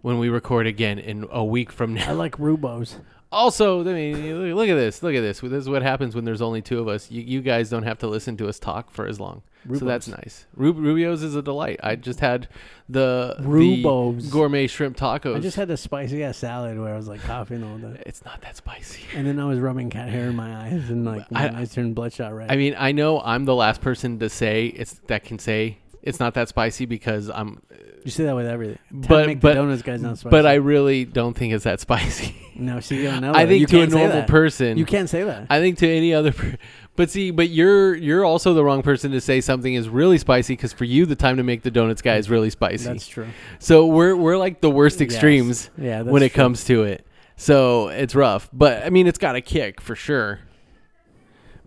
Speaker 3: when we record again in a week from now.
Speaker 4: I like Rubos.
Speaker 3: Also, I mean, you look, look at this. Look at this. This is what happens when there's only two of us. You, you guys don't have to listen to us talk for as long. So that's nice. Rub- Rubio's is a delight. I just had the, the
Speaker 4: Rubos.
Speaker 3: gourmet shrimp tacos.
Speaker 4: I just had a spicy ass salad where I was like coughing all day.
Speaker 3: it's not that spicy.
Speaker 4: And then I was rubbing cat hair in my eyes, and like my eyes turned bloodshot red.
Speaker 3: I mean, I know I'm the last person to say it's that can say it's not that spicy because I'm,
Speaker 4: you see that with everything. Time to
Speaker 3: but
Speaker 4: make
Speaker 3: but
Speaker 4: the donuts guys not spicy.
Speaker 3: but I really don't think it's that spicy.
Speaker 4: no, see, you don't know.
Speaker 3: I
Speaker 4: that.
Speaker 3: think
Speaker 4: You
Speaker 3: to a
Speaker 4: can't say
Speaker 3: normal
Speaker 4: that.
Speaker 3: person,
Speaker 4: you can't say that.
Speaker 3: I think to any other, per- but see, but you're you're also the wrong person to say something is really spicy because for you the time to make the donuts guy is really spicy.
Speaker 4: That's true.
Speaker 3: so we're we're like the worst extremes
Speaker 4: Yeah, that's
Speaker 3: when it
Speaker 4: true.
Speaker 3: comes to it. So it's rough, but I mean it's got a kick for sure.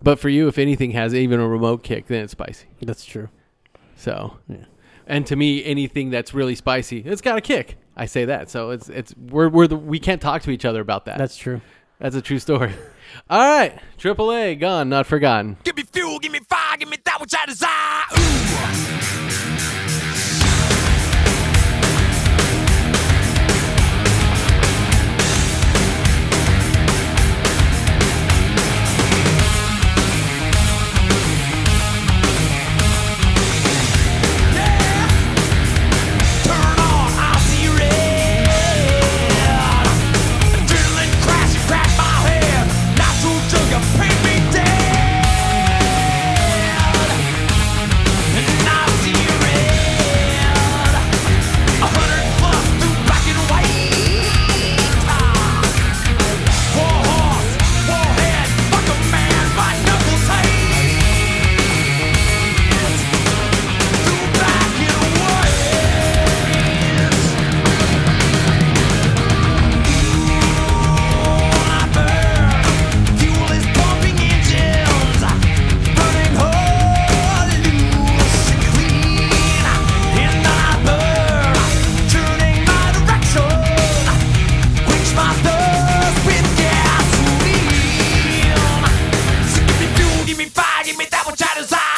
Speaker 3: But for you, if anything has even a remote kick, then it's spicy.
Speaker 4: That's true.
Speaker 3: So,
Speaker 4: Yeah.
Speaker 3: and to me, anything that's really spicy, it's got a kick. I say that. So it's it's we're we're the, we can't talk to each other about that.
Speaker 4: That's true.
Speaker 3: That's a true story. All right, AAA gone, not forgotten.
Speaker 5: Give me fuel, give me fire, give me that which I desire. Ooh. Turn on, I'll see you red. Adrenaline crash, it cracked my head. Natural sugar, paint me dead. And I'll see you red. A hundred plus through black and white. Ah. War horse, war head, fuck a man, my knuckle tight. Through black and white. Fuel is pumping engines, burning hard, loose and clean. And I burn, turning my direction, quench my thirst with gasoline. So give me fuel, give me fire, give me that which I desire.